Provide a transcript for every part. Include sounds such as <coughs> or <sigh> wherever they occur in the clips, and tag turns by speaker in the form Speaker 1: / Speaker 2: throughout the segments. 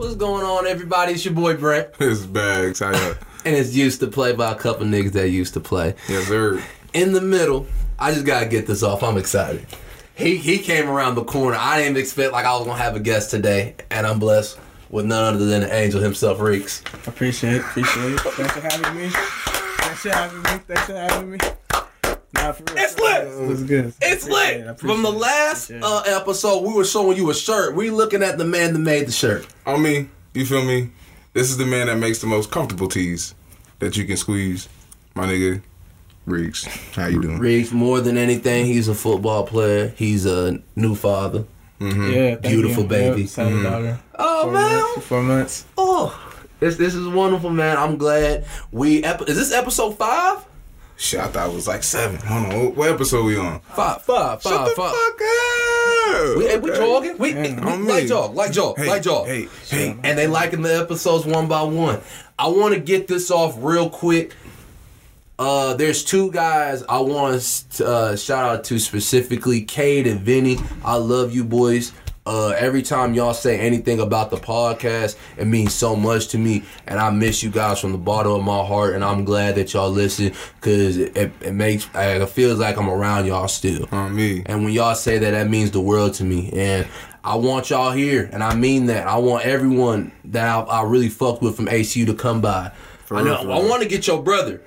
Speaker 1: on, everybody? It's your boy Brett,
Speaker 2: It's bags. uh, How ya?
Speaker 1: and it's used to play by a couple niggas that used to play.
Speaker 2: Yes, sir.
Speaker 1: In the middle, I just gotta get this off. I'm excited. He he came around the corner. I didn't expect like I was gonna have a guest today, and I'm blessed with none other than the angel himself, Reeks.
Speaker 3: Appreciate it. Appreciate it. Thanks for having me. Thanks for having me. Thanks for having me. Nah, for real.
Speaker 1: It's lit.
Speaker 3: It's good.
Speaker 1: It's
Speaker 3: Appreciate it. I
Speaker 1: lit.
Speaker 3: appreciate
Speaker 1: From the
Speaker 3: it.
Speaker 1: last
Speaker 3: Appreciate it.
Speaker 1: uh, episode, we were showing you a shirt. We looking at the man that made the shirt.
Speaker 2: <laughs> On me. You feel me? This is the man that makes the most comfortable tees that you can squeeze. My nigga, Riggs. How you doing?
Speaker 1: Reeks, more than anything, he's a football player. He's a new father.
Speaker 3: yeah, thank
Speaker 1: Beautiful
Speaker 3: you.
Speaker 1: baby.
Speaker 3: Yep, son and daughter.
Speaker 1: Oh
Speaker 3: Four
Speaker 1: man,
Speaker 3: months. Four months.
Speaker 1: oh, this this is wonderful, man. I'm glad we. Ep- is this episode five?
Speaker 2: Shit, I thought it was like seven. Hold on. What- What episode we on?
Speaker 1: Five, five,
Speaker 2: Shut
Speaker 1: five,
Speaker 2: the
Speaker 1: five.
Speaker 2: fuck up.
Speaker 1: We, hey, we
Speaker 2: Okay.
Speaker 1: jogging. We,
Speaker 3: Damn,
Speaker 1: we
Speaker 2: on me.
Speaker 1: like jog, like jog,
Speaker 2: Hey,
Speaker 1: like jog.
Speaker 2: hey, hey.
Speaker 1: And they liking the episodes one by one. I want to get this off real quick. Uh, there's two guys I want to uh, shout out to specifically, Cade and Vinny. I love you boys. Uh, every time y'all say anything about the podcast, it means so much to me, and I miss you guys from the bottom of my heart. And I'm glad that y'all listen because it, it, it makes it feels like I'm around y'all still.
Speaker 2: On me.
Speaker 1: And when y'all say that, that means the world to me. And I want y'all here, and I mean that. I want everyone that I, I really fucked with from ACU to come by. I
Speaker 2: real,
Speaker 1: know.
Speaker 2: for
Speaker 1: I
Speaker 2: real.
Speaker 1: want to get your brother.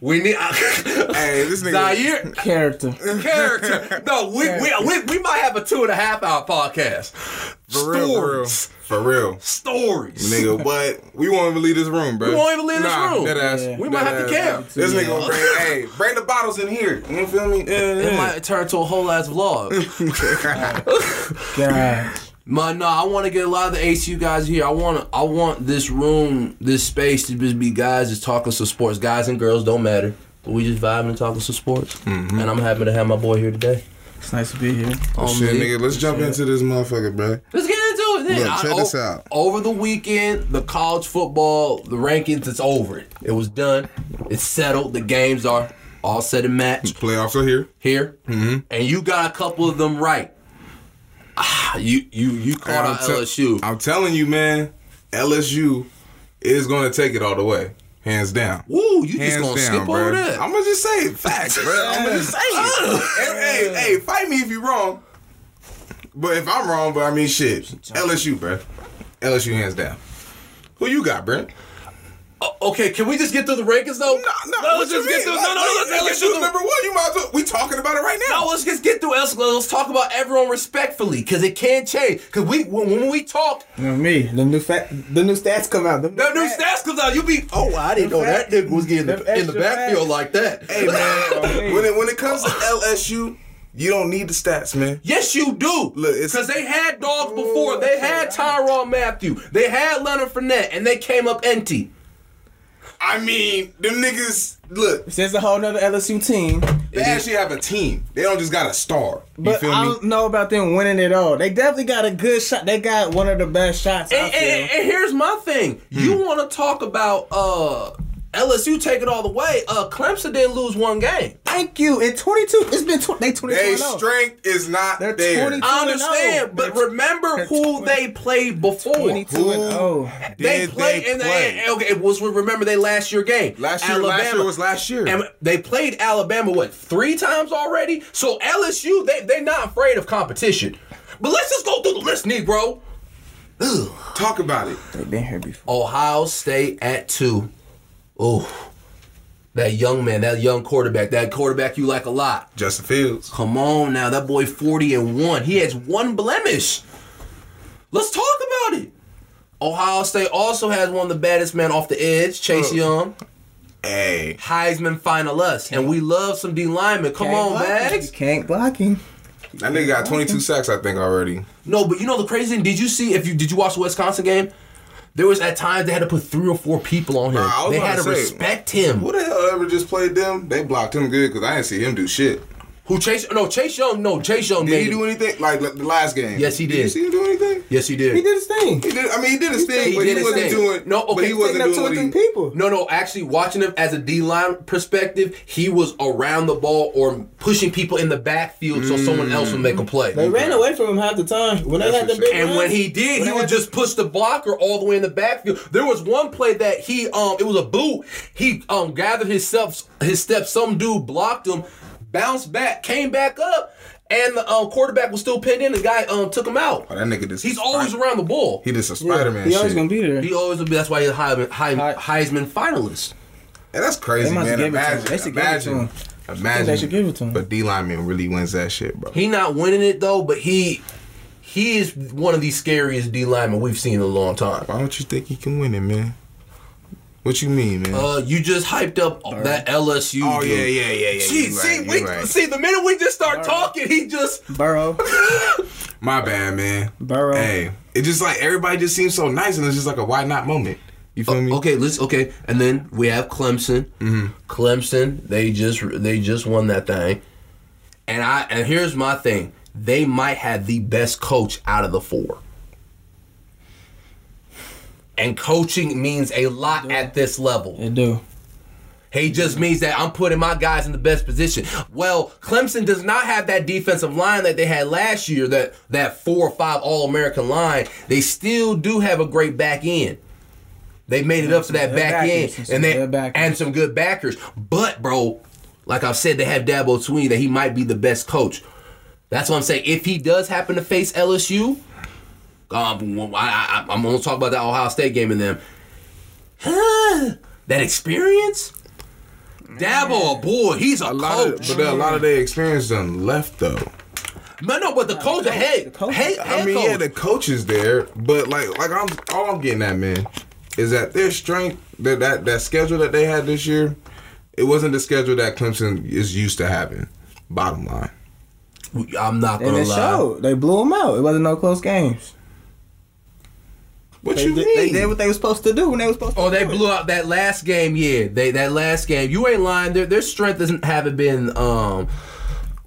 Speaker 1: We need
Speaker 2: <laughs> Hey, this nigga.
Speaker 1: Zaire
Speaker 3: Character.
Speaker 1: character. No, we, we we we might have a two and a half hour podcast.
Speaker 2: For real, for real.
Speaker 1: Stories.
Speaker 2: For real.
Speaker 1: Stories.
Speaker 2: Nigga, what? We won't even leave this room, bro.
Speaker 1: We won't even leave this
Speaker 2: Nah,
Speaker 1: room.
Speaker 2: That ass,
Speaker 3: Yeah.
Speaker 1: We might
Speaker 2: that
Speaker 1: have to
Speaker 2: ass.
Speaker 1: camp.
Speaker 2: This
Speaker 3: Yeah.
Speaker 2: nigga gonna bring, hey, bring the bottles in here. You feel me? Yeah,
Speaker 1: It
Speaker 2: yeah.
Speaker 1: might turn to a whole ass vlog.
Speaker 3: God.
Speaker 1: Man, no, I want to get a lot of the ACU guys here. I want I want this room, this space to just be guys just talking some sports. Guys and girls don't matter. We just vibing and talking some sports. And I'm happy to have my boy here today.
Speaker 3: It's nice to be here.
Speaker 1: On
Speaker 2: Shit,
Speaker 1: me.
Speaker 2: nigga, let's jump into this motherfucker, bro.
Speaker 1: Let's get into it. Then.
Speaker 2: Look,
Speaker 1: I-
Speaker 2: check
Speaker 1: o-
Speaker 2: this out.
Speaker 1: Over the weekend, the college football, the rankings, it's over. It, it was done. It's settled. The games are all set and matched.
Speaker 2: Playoffs are here.
Speaker 1: here,
Speaker 2: Mm-hmm.
Speaker 1: and you got a couple of them right. Ah, you you you
Speaker 2: Hey,
Speaker 1: caught out
Speaker 2: te-
Speaker 1: LSU.
Speaker 2: I'm telling you, man, LSU is gonna take it all the way, hands down.
Speaker 1: Woo, you just
Speaker 2: Hands
Speaker 1: gonna
Speaker 2: down,
Speaker 1: skip over
Speaker 2: bro.
Speaker 1: that.
Speaker 2: I'm gonna just say it. facts, bro. I'm gonna just say it. hey, hey, hey, fight me if you wrong. But if I'm wrong, but I mean shit. LSU, bro. LSU hands down. Who you got, Brent?
Speaker 1: O- okay, can we just get through the rankings though?
Speaker 2: No, no.
Speaker 1: let's
Speaker 2: what you
Speaker 1: just
Speaker 2: mean?
Speaker 1: get through.
Speaker 2: Like,
Speaker 1: No, no,
Speaker 2: like,
Speaker 1: let's
Speaker 2: like,
Speaker 1: just
Speaker 2: you
Speaker 1: get through.
Speaker 2: Number
Speaker 1: the-
Speaker 2: one, you might as well. We talking about it right now.
Speaker 1: No, let's just get through. Let's, let's talk about everyone respectfully, cause it can change. Cause we when, when we talk,
Speaker 3: You know me. The new fa- the new stats come out.
Speaker 1: the new stats comes out. You be oh, I didn't know that nigga was getting
Speaker 3: Them
Speaker 1: in the
Speaker 3: extra
Speaker 1: backfield
Speaker 3: facts.
Speaker 1: like that.
Speaker 2: Hey
Speaker 3: Oh, Hey.
Speaker 2: man, when it when it comes to LSU, you don't need the stats, man.
Speaker 1: Yes, you do.
Speaker 2: Look, it's-
Speaker 1: because they had dogs before. They had Tyron Matthew. They had Leonard Fournette, and they came up empty.
Speaker 2: I mean, them niggas look.
Speaker 3: There's a whole nother LSU team.
Speaker 2: They actually have a team. They don't just got a star. You
Speaker 3: But
Speaker 2: feel
Speaker 3: I
Speaker 2: me?
Speaker 3: don't know about them winning it all. They definitely got a good shot. They got one of the best shots out
Speaker 1: And, and-
Speaker 3: there.
Speaker 1: and- and here's my thing. You
Speaker 2: Hmm.
Speaker 1: want to talk about uh, LSU take it all the way? Uh, Clemson didn't lose one game.
Speaker 3: Thank you. In 22, it's been tw- they 22
Speaker 2: They
Speaker 3: and oh.
Speaker 2: strength is not
Speaker 3: They're
Speaker 2: there.
Speaker 3: 22.
Speaker 1: I understand,
Speaker 3: and oh.
Speaker 1: but
Speaker 3: They're-
Speaker 1: remember
Speaker 3: they're
Speaker 1: who
Speaker 3: twen-
Speaker 1: they played before.
Speaker 3: 22 and oh.
Speaker 2: Who?
Speaker 3: 0.
Speaker 1: They
Speaker 2: Did
Speaker 1: played
Speaker 2: they
Speaker 1: in
Speaker 2: play?
Speaker 1: the okay. It was remember they last year game.
Speaker 2: Last year, last year was last year.
Speaker 1: And they played Alabama what three times already? So LSU they they're not afraid of competition. But let's just go through the list, Negro. Ugh.
Speaker 2: Talk about it.
Speaker 3: They've been here before.
Speaker 1: Ohio State at two. Ooh. That young man, that young quarterback, that quarterback you like a lot.
Speaker 2: Justin Fields.
Speaker 1: Come on now, that boy 40 and 1. He has one blemish. Let's talk about it. Ohio State also has one of the baddest men off the edge, Chase Young.
Speaker 2: Hey,
Speaker 1: Heisman finalist. And we love some D linemen. Come
Speaker 3: Can't
Speaker 1: on,
Speaker 3: block him. You
Speaker 1: Bags.
Speaker 3: Can't block him.
Speaker 2: that nigga got 22 sacks, I think already.
Speaker 1: No, but you know the crazy thing? Did you see if you did you watch the Wisconsin game? There was at times they had to put three or four people on him.
Speaker 2: Nah, I was
Speaker 1: they
Speaker 2: about
Speaker 1: had to
Speaker 2: to say,
Speaker 1: respect him.
Speaker 2: Who the hell ever just played them? They blocked him good because I didn't see him do shit.
Speaker 1: Who Chase? No, Chase Young. No, Chase Young.
Speaker 2: Did he
Speaker 1: made it.
Speaker 2: do anything? Like, like the last game?
Speaker 1: Yes, he
Speaker 2: you
Speaker 1: did.
Speaker 2: see him do anything?
Speaker 1: Yes, he did.
Speaker 3: He did his thing.
Speaker 2: He did. I mean, he did his thing,
Speaker 1: He
Speaker 2: but
Speaker 1: did
Speaker 2: he
Speaker 1: his
Speaker 2: wasn't
Speaker 1: thing.
Speaker 2: doing.
Speaker 1: No, okay,
Speaker 2: but he
Speaker 1: he's
Speaker 2: wasn't
Speaker 3: Taking
Speaker 2: doing
Speaker 3: up two or
Speaker 2: what
Speaker 3: three
Speaker 2: he.
Speaker 3: people.
Speaker 1: No, no. Actually, watching him as a D line perspective, he was around the ball or pushing people in the backfield so someone else would make a play.
Speaker 3: They ran away from him half the time when they
Speaker 2: That's
Speaker 3: had the
Speaker 2: for
Speaker 3: big.
Speaker 2: sure.
Speaker 1: And when he did, he would just push the blocker all the way in the backfield. There was one play that he um it was a boot. He um gathered his steps his steps, some dude blocked him, bounced back, came back up, and the um, quarterback was still pinned in. The guy um took him out.
Speaker 2: Oh, that nigga just.
Speaker 1: He's always around the ball.
Speaker 2: He just a Spider Man.
Speaker 3: He always gonna be there.
Speaker 1: He always will be that's why he's a Heisman,
Speaker 3: Hi-
Speaker 1: Heisman finalist.
Speaker 2: Yeah, that's crazy,
Speaker 3: They must
Speaker 2: man.
Speaker 3: give it
Speaker 2: Imagine,
Speaker 3: to him. They should give it to
Speaker 2: imagine,
Speaker 3: him.
Speaker 2: imagine.
Speaker 3: They should give it to him.
Speaker 2: But D lineman really wins that shit, bro.
Speaker 1: He not winning it though, but he he is one of the scariest D linemen we've seen in a long time.
Speaker 2: Why don't you think he can win it, man? What you mean, man?
Speaker 1: Uh, you just hyped up that LSU.
Speaker 2: oh
Speaker 1: dude.
Speaker 2: yeah, yeah, yeah, yeah. you
Speaker 1: See,
Speaker 2: right,
Speaker 1: see,
Speaker 2: you
Speaker 1: we,
Speaker 2: right.
Speaker 1: see, the minute we just start talking, he just
Speaker 3: Burrow,
Speaker 2: My bad, man.
Speaker 3: Burrow.
Speaker 2: Hey, it just like everybody just seems so nice, and it's just like a why not moment. You feel me? Mm-hmm.
Speaker 1: okay. Let's okay, and then we have Clemson. Clemson, they just they just won that thing, and I and here's my thing: they might have the best coach out of the four. And coaching means a lot at this level.
Speaker 3: They do.
Speaker 1: He just means that I'm putting my guys in the best position. Well, Clemson does not have that defensive line that they had last year, that that four or five All American line. They still do have a great back end. They made it up for that
Speaker 3: good
Speaker 1: back
Speaker 3: backers
Speaker 1: end
Speaker 3: and some
Speaker 1: and they
Speaker 3: good backers.
Speaker 1: and some good backers. But bro, like I've said, they have Dabo Sweeney that he might be the best coach. That's what I'm saying. If he does happen to face LSU, um, I, I, I'm going to talk about that Ohio State game and them. Huh, that experience, Dabo, boy, he's a,
Speaker 2: A lot of,
Speaker 1: coach.
Speaker 2: but a lot of their experience done left though.
Speaker 1: no, no, but the coach, hey,
Speaker 3: the coach.
Speaker 1: hey,
Speaker 2: I
Speaker 1: head
Speaker 2: mean,
Speaker 1: coach.
Speaker 2: yeah, the coach is there, but like, like I'm all I'm getting at, man, is that their strength that that, that schedule that they had this year, it wasn't the schedule that Clemson is used to having. Bottom line,
Speaker 1: I'm not
Speaker 3: And
Speaker 1: gonna
Speaker 3: it
Speaker 1: lie.
Speaker 3: showed. They blew him out. It wasn't no close games.
Speaker 2: what
Speaker 3: They
Speaker 2: you
Speaker 3: did,
Speaker 2: mean?
Speaker 3: they did what they were supposed to do when they were supposed to.
Speaker 1: Oh, they
Speaker 3: do it.
Speaker 1: blew out that last game. Yeah, they that last game. You ain't lying. Their their strength isn't haven't been. Um,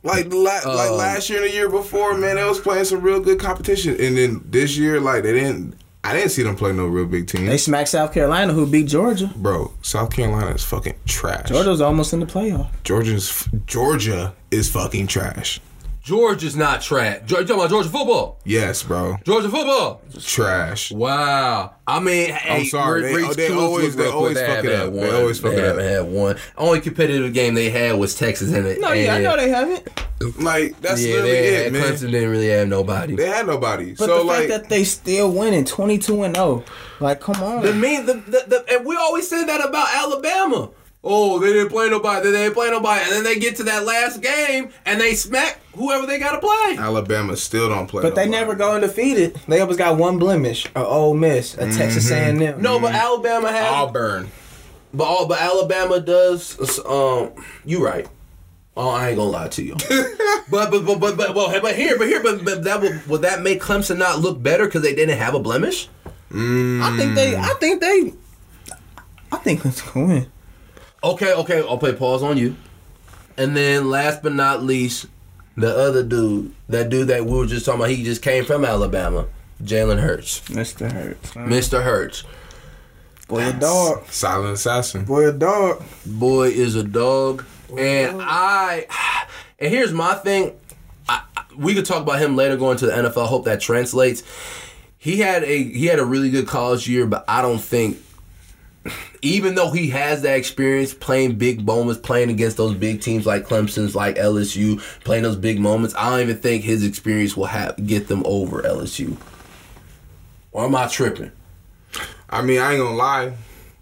Speaker 2: like la- like last year and the year before, man, they was playing some real good competition, and then this year, like they didn't. I didn't see them play no real big team,
Speaker 3: They smacked South Carolina, who beat Georgia.
Speaker 2: bro. South Carolina is fucking trash.
Speaker 3: Georgia was almost in the playoff.
Speaker 2: Georgia's f- Georgia is fucking trash.
Speaker 1: Georgia's not trash. Georgia, talking about Georgia football.
Speaker 2: Yes, bro,
Speaker 1: Georgia football.
Speaker 2: trash.
Speaker 1: Wow. I mean, hey,
Speaker 2: sorry.
Speaker 1: Re-
Speaker 2: They- oh,
Speaker 1: Reese
Speaker 2: they
Speaker 1: Kulis
Speaker 2: always-
Speaker 1: was
Speaker 2: they
Speaker 1: real quick.
Speaker 2: always fuck
Speaker 1: haven't
Speaker 2: it
Speaker 1: had
Speaker 2: up. They
Speaker 1: one.
Speaker 2: always fuck
Speaker 1: They
Speaker 2: it up.
Speaker 1: haven't had one. Only competitive game they had was Texas and it.
Speaker 3: No, yeah, I
Speaker 1: and-
Speaker 3: know they haven't.
Speaker 2: Like that's
Speaker 1: yeah,
Speaker 2: literally
Speaker 1: they
Speaker 2: it,
Speaker 1: had,
Speaker 2: man.
Speaker 1: Clemson didn't really have nobody.
Speaker 2: They had nobody.
Speaker 3: But
Speaker 2: so
Speaker 3: the
Speaker 2: like,
Speaker 3: fact that they still winning 22 and 0, like come on.
Speaker 1: The mean the, the, the and we always say that about Alabama. Oh, they didn't play nobody. They didn't play nobody, and then they get to that last game and they smack whoever they got to play.
Speaker 2: Alabama still don't play.
Speaker 3: but they
Speaker 2: nobody.
Speaker 3: never go undefeated. They always got one blemish, a Ole Miss, a Texas A&M.
Speaker 1: No, but Alabama has.
Speaker 2: Auburn.
Speaker 1: But all but Alabama does. Um, you right. Oh, I ain't gonna lie to you. but but but but but well, hey, but here but here but, but that will will that make Clemson not look better because they didn't have a blemish?
Speaker 3: I think they,
Speaker 1: Mm.
Speaker 3: I think they, I think Clemson can win.
Speaker 1: Okay, okay, I'll play pause on you. And then last but not least, the other dude, that dude that we were just talking about, he just came from Alabama, Jalen Hurts,
Speaker 3: Mr. Hurts,
Speaker 1: Mr. Hurts.
Speaker 3: boy a dog,
Speaker 2: Silent assassin.
Speaker 3: boy a dog.
Speaker 1: boy is a dog and i and here's my thing I, I- we could talk about him later going to the nfl hope that translates he had a he had a really good college year but i don't think even though he has that experience playing big moments playing against those big teams like clemson's like lsu playing those big moments i don't even think his experience will ha get them over lsu or am i tripping
Speaker 2: I mean, I ain't gonna lie.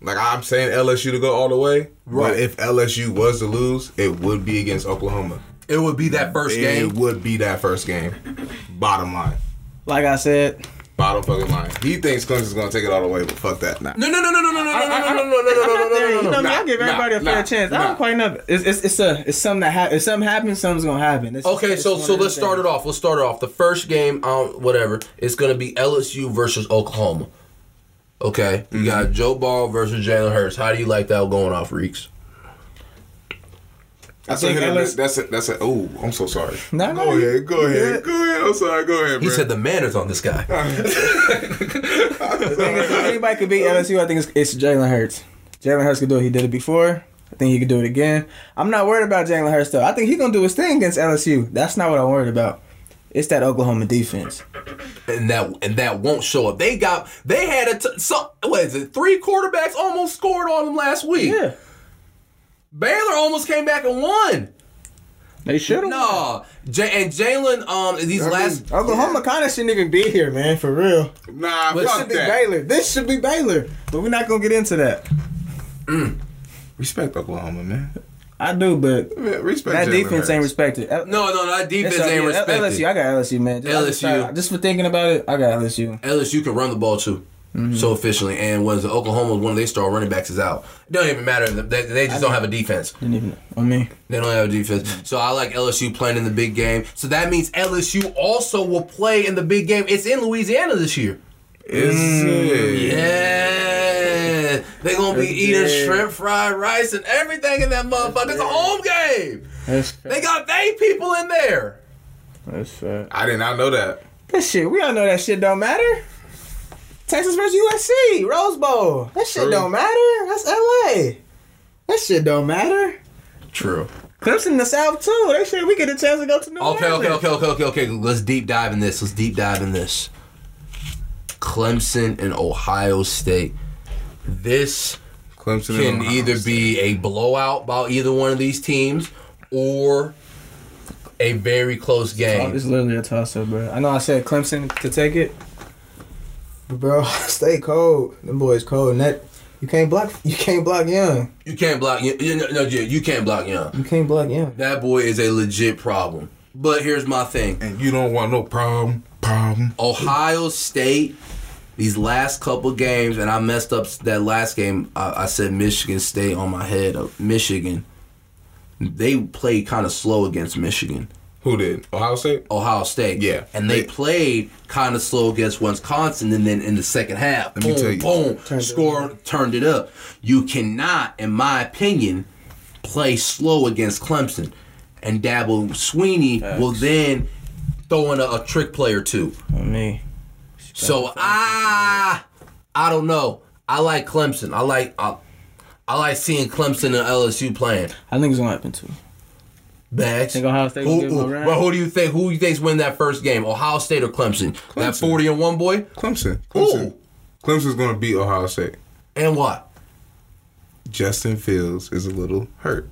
Speaker 2: Like I'm saying, LSU to go all the way.
Speaker 1: Right.
Speaker 2: But if LSU was to lose, it would be against Oklahoma.
Speaker 1: it would be that first
Speaker 2: It
Speaker 1: game
Speaker 2: would be that first game. Bottom line.
Speaker 3: Like I said,
Speaker 2: Bottom fucking line. He thinks Clemson's gonna take it all the way, but fuck that. Nah.
Speaker 1: no no no no no no no no no no no no
Speaker 3: I'm
Speaker 1: no
Speaker 3: not there.
Speaker 1: no
Speaker 3: You
Speaker 1: no
Speaker 3: know
Speaker 1: no
Speaker 3: me.
Speaker 2: nah,
Speaker 3: I give
Speaker 2: nah,
Speaker 3: everybody a fair
Speaker 2: nah,
Speaker 3: chance. I
Speaker 2: nah.
Speaker 3: don't quite know. It's, it's it's a it's something that ha- if something happens, something's gonna happen. It's,
Speaker 1: Okay,
Speaker 3: it's
Speaker 1: so
Speaker 3: one of
Speaker 1: so
Speaker 3: them
Speaker 1: let's start it
Speaker 3: things.
Speaker 1: off. Let's start it off. The first game, um, whatever, it's gonna be LSU versus Oklahoma. Okay, you got Joe Ball versus Jalen Hurts. How do you like that going off, Reeks?
Speaker 2: That's a
Speaker 3: think
Speaker 2: hit or miss.
Speaker 3: LSU
Speaker 2: That's a, that's a. Oh, I'm so
Speaker 3: <laughs>
Speaker 2: sorry.
Speaker 3: No,
Speaker 2: go
Speaker 3: no, you-
Speaker 2: ahead, go
Speaker 3: you
Speaker 2: ahead,
Speaker 3: good.
Speaker 2: go ahead. I'm sorry, go ahead,
Speaker 1: He
Speaker 2: bro.
Speaker 1: said the manners on this guy.
Speaker 3: If anybody could beat LSU, I think it's, it's Jalen Hurts. Jalen Hurts could do it. He did it before. I think he could do it again. I'm not worried about Jalen Hurts though. I think he's gonna do his thing against LSU. That's not what I'm worried about. It's that Oklahoma defense.
Speaker 1: And that and that won't show up. They got they had a t- so what is it? Three quarterbacks almost scored on them last week.
Speaker 3: Yeah,
Speaker 1: Baylor almost came back and won.
Speaker 3: they should have.
Speaker 1: No, J- and Jalen. Um, these
Speaker 2: mean,
Speaker 1: last.
Speaker 3: Oklahoma kind of shouldn't even be here, man. For real,
Speaker 2: <laughs> Nah,
Speaker 1: But it
Speaker 2: fuck
Speaker 3: should be
Speaker 2: that.
Speaker 3: Baylor. This should be Baylor, but we're not gonna get into that.
Speaker 2: Respect Oklahoma, man.
Speaker 3: I do, but
Speaker 2: Man, Respect
Speaker 3: that
Speaker 2: Jalen
Speaker 3: defense
Speaker 2: Hurts.
Speaker 3: ain't respected. L-
Speaker 1: no, no, no. That defense
Speaker 3: it's all-
Speaker 1: ain't
Speaker 3: yeah,
Speaker 1: respected.
Speaker 3: LSU, I got LSU, man. Just, I just
Speaker 1: LSU.
Speaker 3: thought- just for thinking about it, I got LSU.
Speaker 1: LSU can run the ball too, so efficiently. And when Oklahoma, one of their star running backs is out, it don't even matter. They, they just don't have a defense.
Speaker 3: Didn't even. I mean,
Speaker 1: They don't have a defense. So I like LSU playing in the big game. So that means LSU also will play in the big game. It's in Louisiana this year.
Speaker 2: Is it?
Speaker 1: Yeah, they gonna be
Speaker 3: That's
Speaker 1: eating
Speaker 3: big.
Speaker 1: shrimp fried rice and everything in that motherfucker. It's a home game.
Speaker 3: that's
Speaker 1: They got they people in there.
Speaker 3: that's fact.
Speaker 2: I did not know that.
Speaker 3: That shit, we all know that shit don't matter. Texas versus USC, Rose Bowl. That shit
Speaker 2: True.
Speaker 3: don't matter. That's LA. That shit don't matter.
Speaker 1: True.
Speaker 3: Clemson in the South too. That shit, we get a chance to go to New
Speaker 1: Okay,
Speaker 3: Orleans.
Speaker 1: okay, okay, okay, okay, okay. Let's deep dive in this. Let's deep dive in this. Clemson and Ohio State. This
Speaker 2: Clemson
Speaker 1: can
Speaker 2: and Ohio
Speaker 1: either
Speaker 2: State.
Speaker 1: be a blowout by either one of these teams or a very close
Speaker 3: Oh,
Speaker 1: game.
Speaker 3: it's literally a toss up, bro. I know I said Clemson to take it, but bro, <laughs> stay cold. Them boys cold. And that you can't block. <laughs> You can't block Young.
Speaker 1: You can't block you, you, no, you you can't block Young.
Speaker 3: You can't block Young.
Speaker 1: That boy is a legit problem. But here's my thing.
Speaker 2: and you don't want no problem. Problem.
Speaker 1: Ohio State, these last couple games, and I messed up that last game. I, I said Michigan State on my head. Uh, Michigan, they played kind of slow against Michigan.
Speaker 2: Who did Ohio State?
Speaker 1: Ohio State,
Speaker 2: Yeah.
Speaker 1: and they
Speaker 2: They-
Speaker 1: played kind of slow against Wisconsin, and then in the second half,
Speaker 2: me
Speaker 1: boom,
Speaker 2: tell you.
Speaker 1: boom,
Speaker 3: Turned it
Speaker 1: score turned it up. You cannot, in my opinion, play slow against Clemson, and Dabble Sweeney will then throw in a, a trick play or two.
Speaker 3: I mean,
Speaker 1: So I, I don't know. I like Clemson. I like I, I like seeing Clemson and LSU playing.
Speaker 3: I think it's gonna happen too.
Speaker 1: Bags.
Speaker 3: Think Ohio State will
Speaker 1: who,
Speaker 3: give them a
Speaker 1: who-
Speaker 3: run?
Speaker 1: bro, who do you think? Who you think's win that first game? Ohio State or Clemson? That
Speaker 2: Clemson.
Speaker 1: forty and one boy
Speaker 2: Clemson. Clemson.
Speaker 1: Who?
Speaker 2: Clemson's gonna beat Ohio State.
Speaker 1: and what?
Speaker 2: Justin Fields is a little hurt.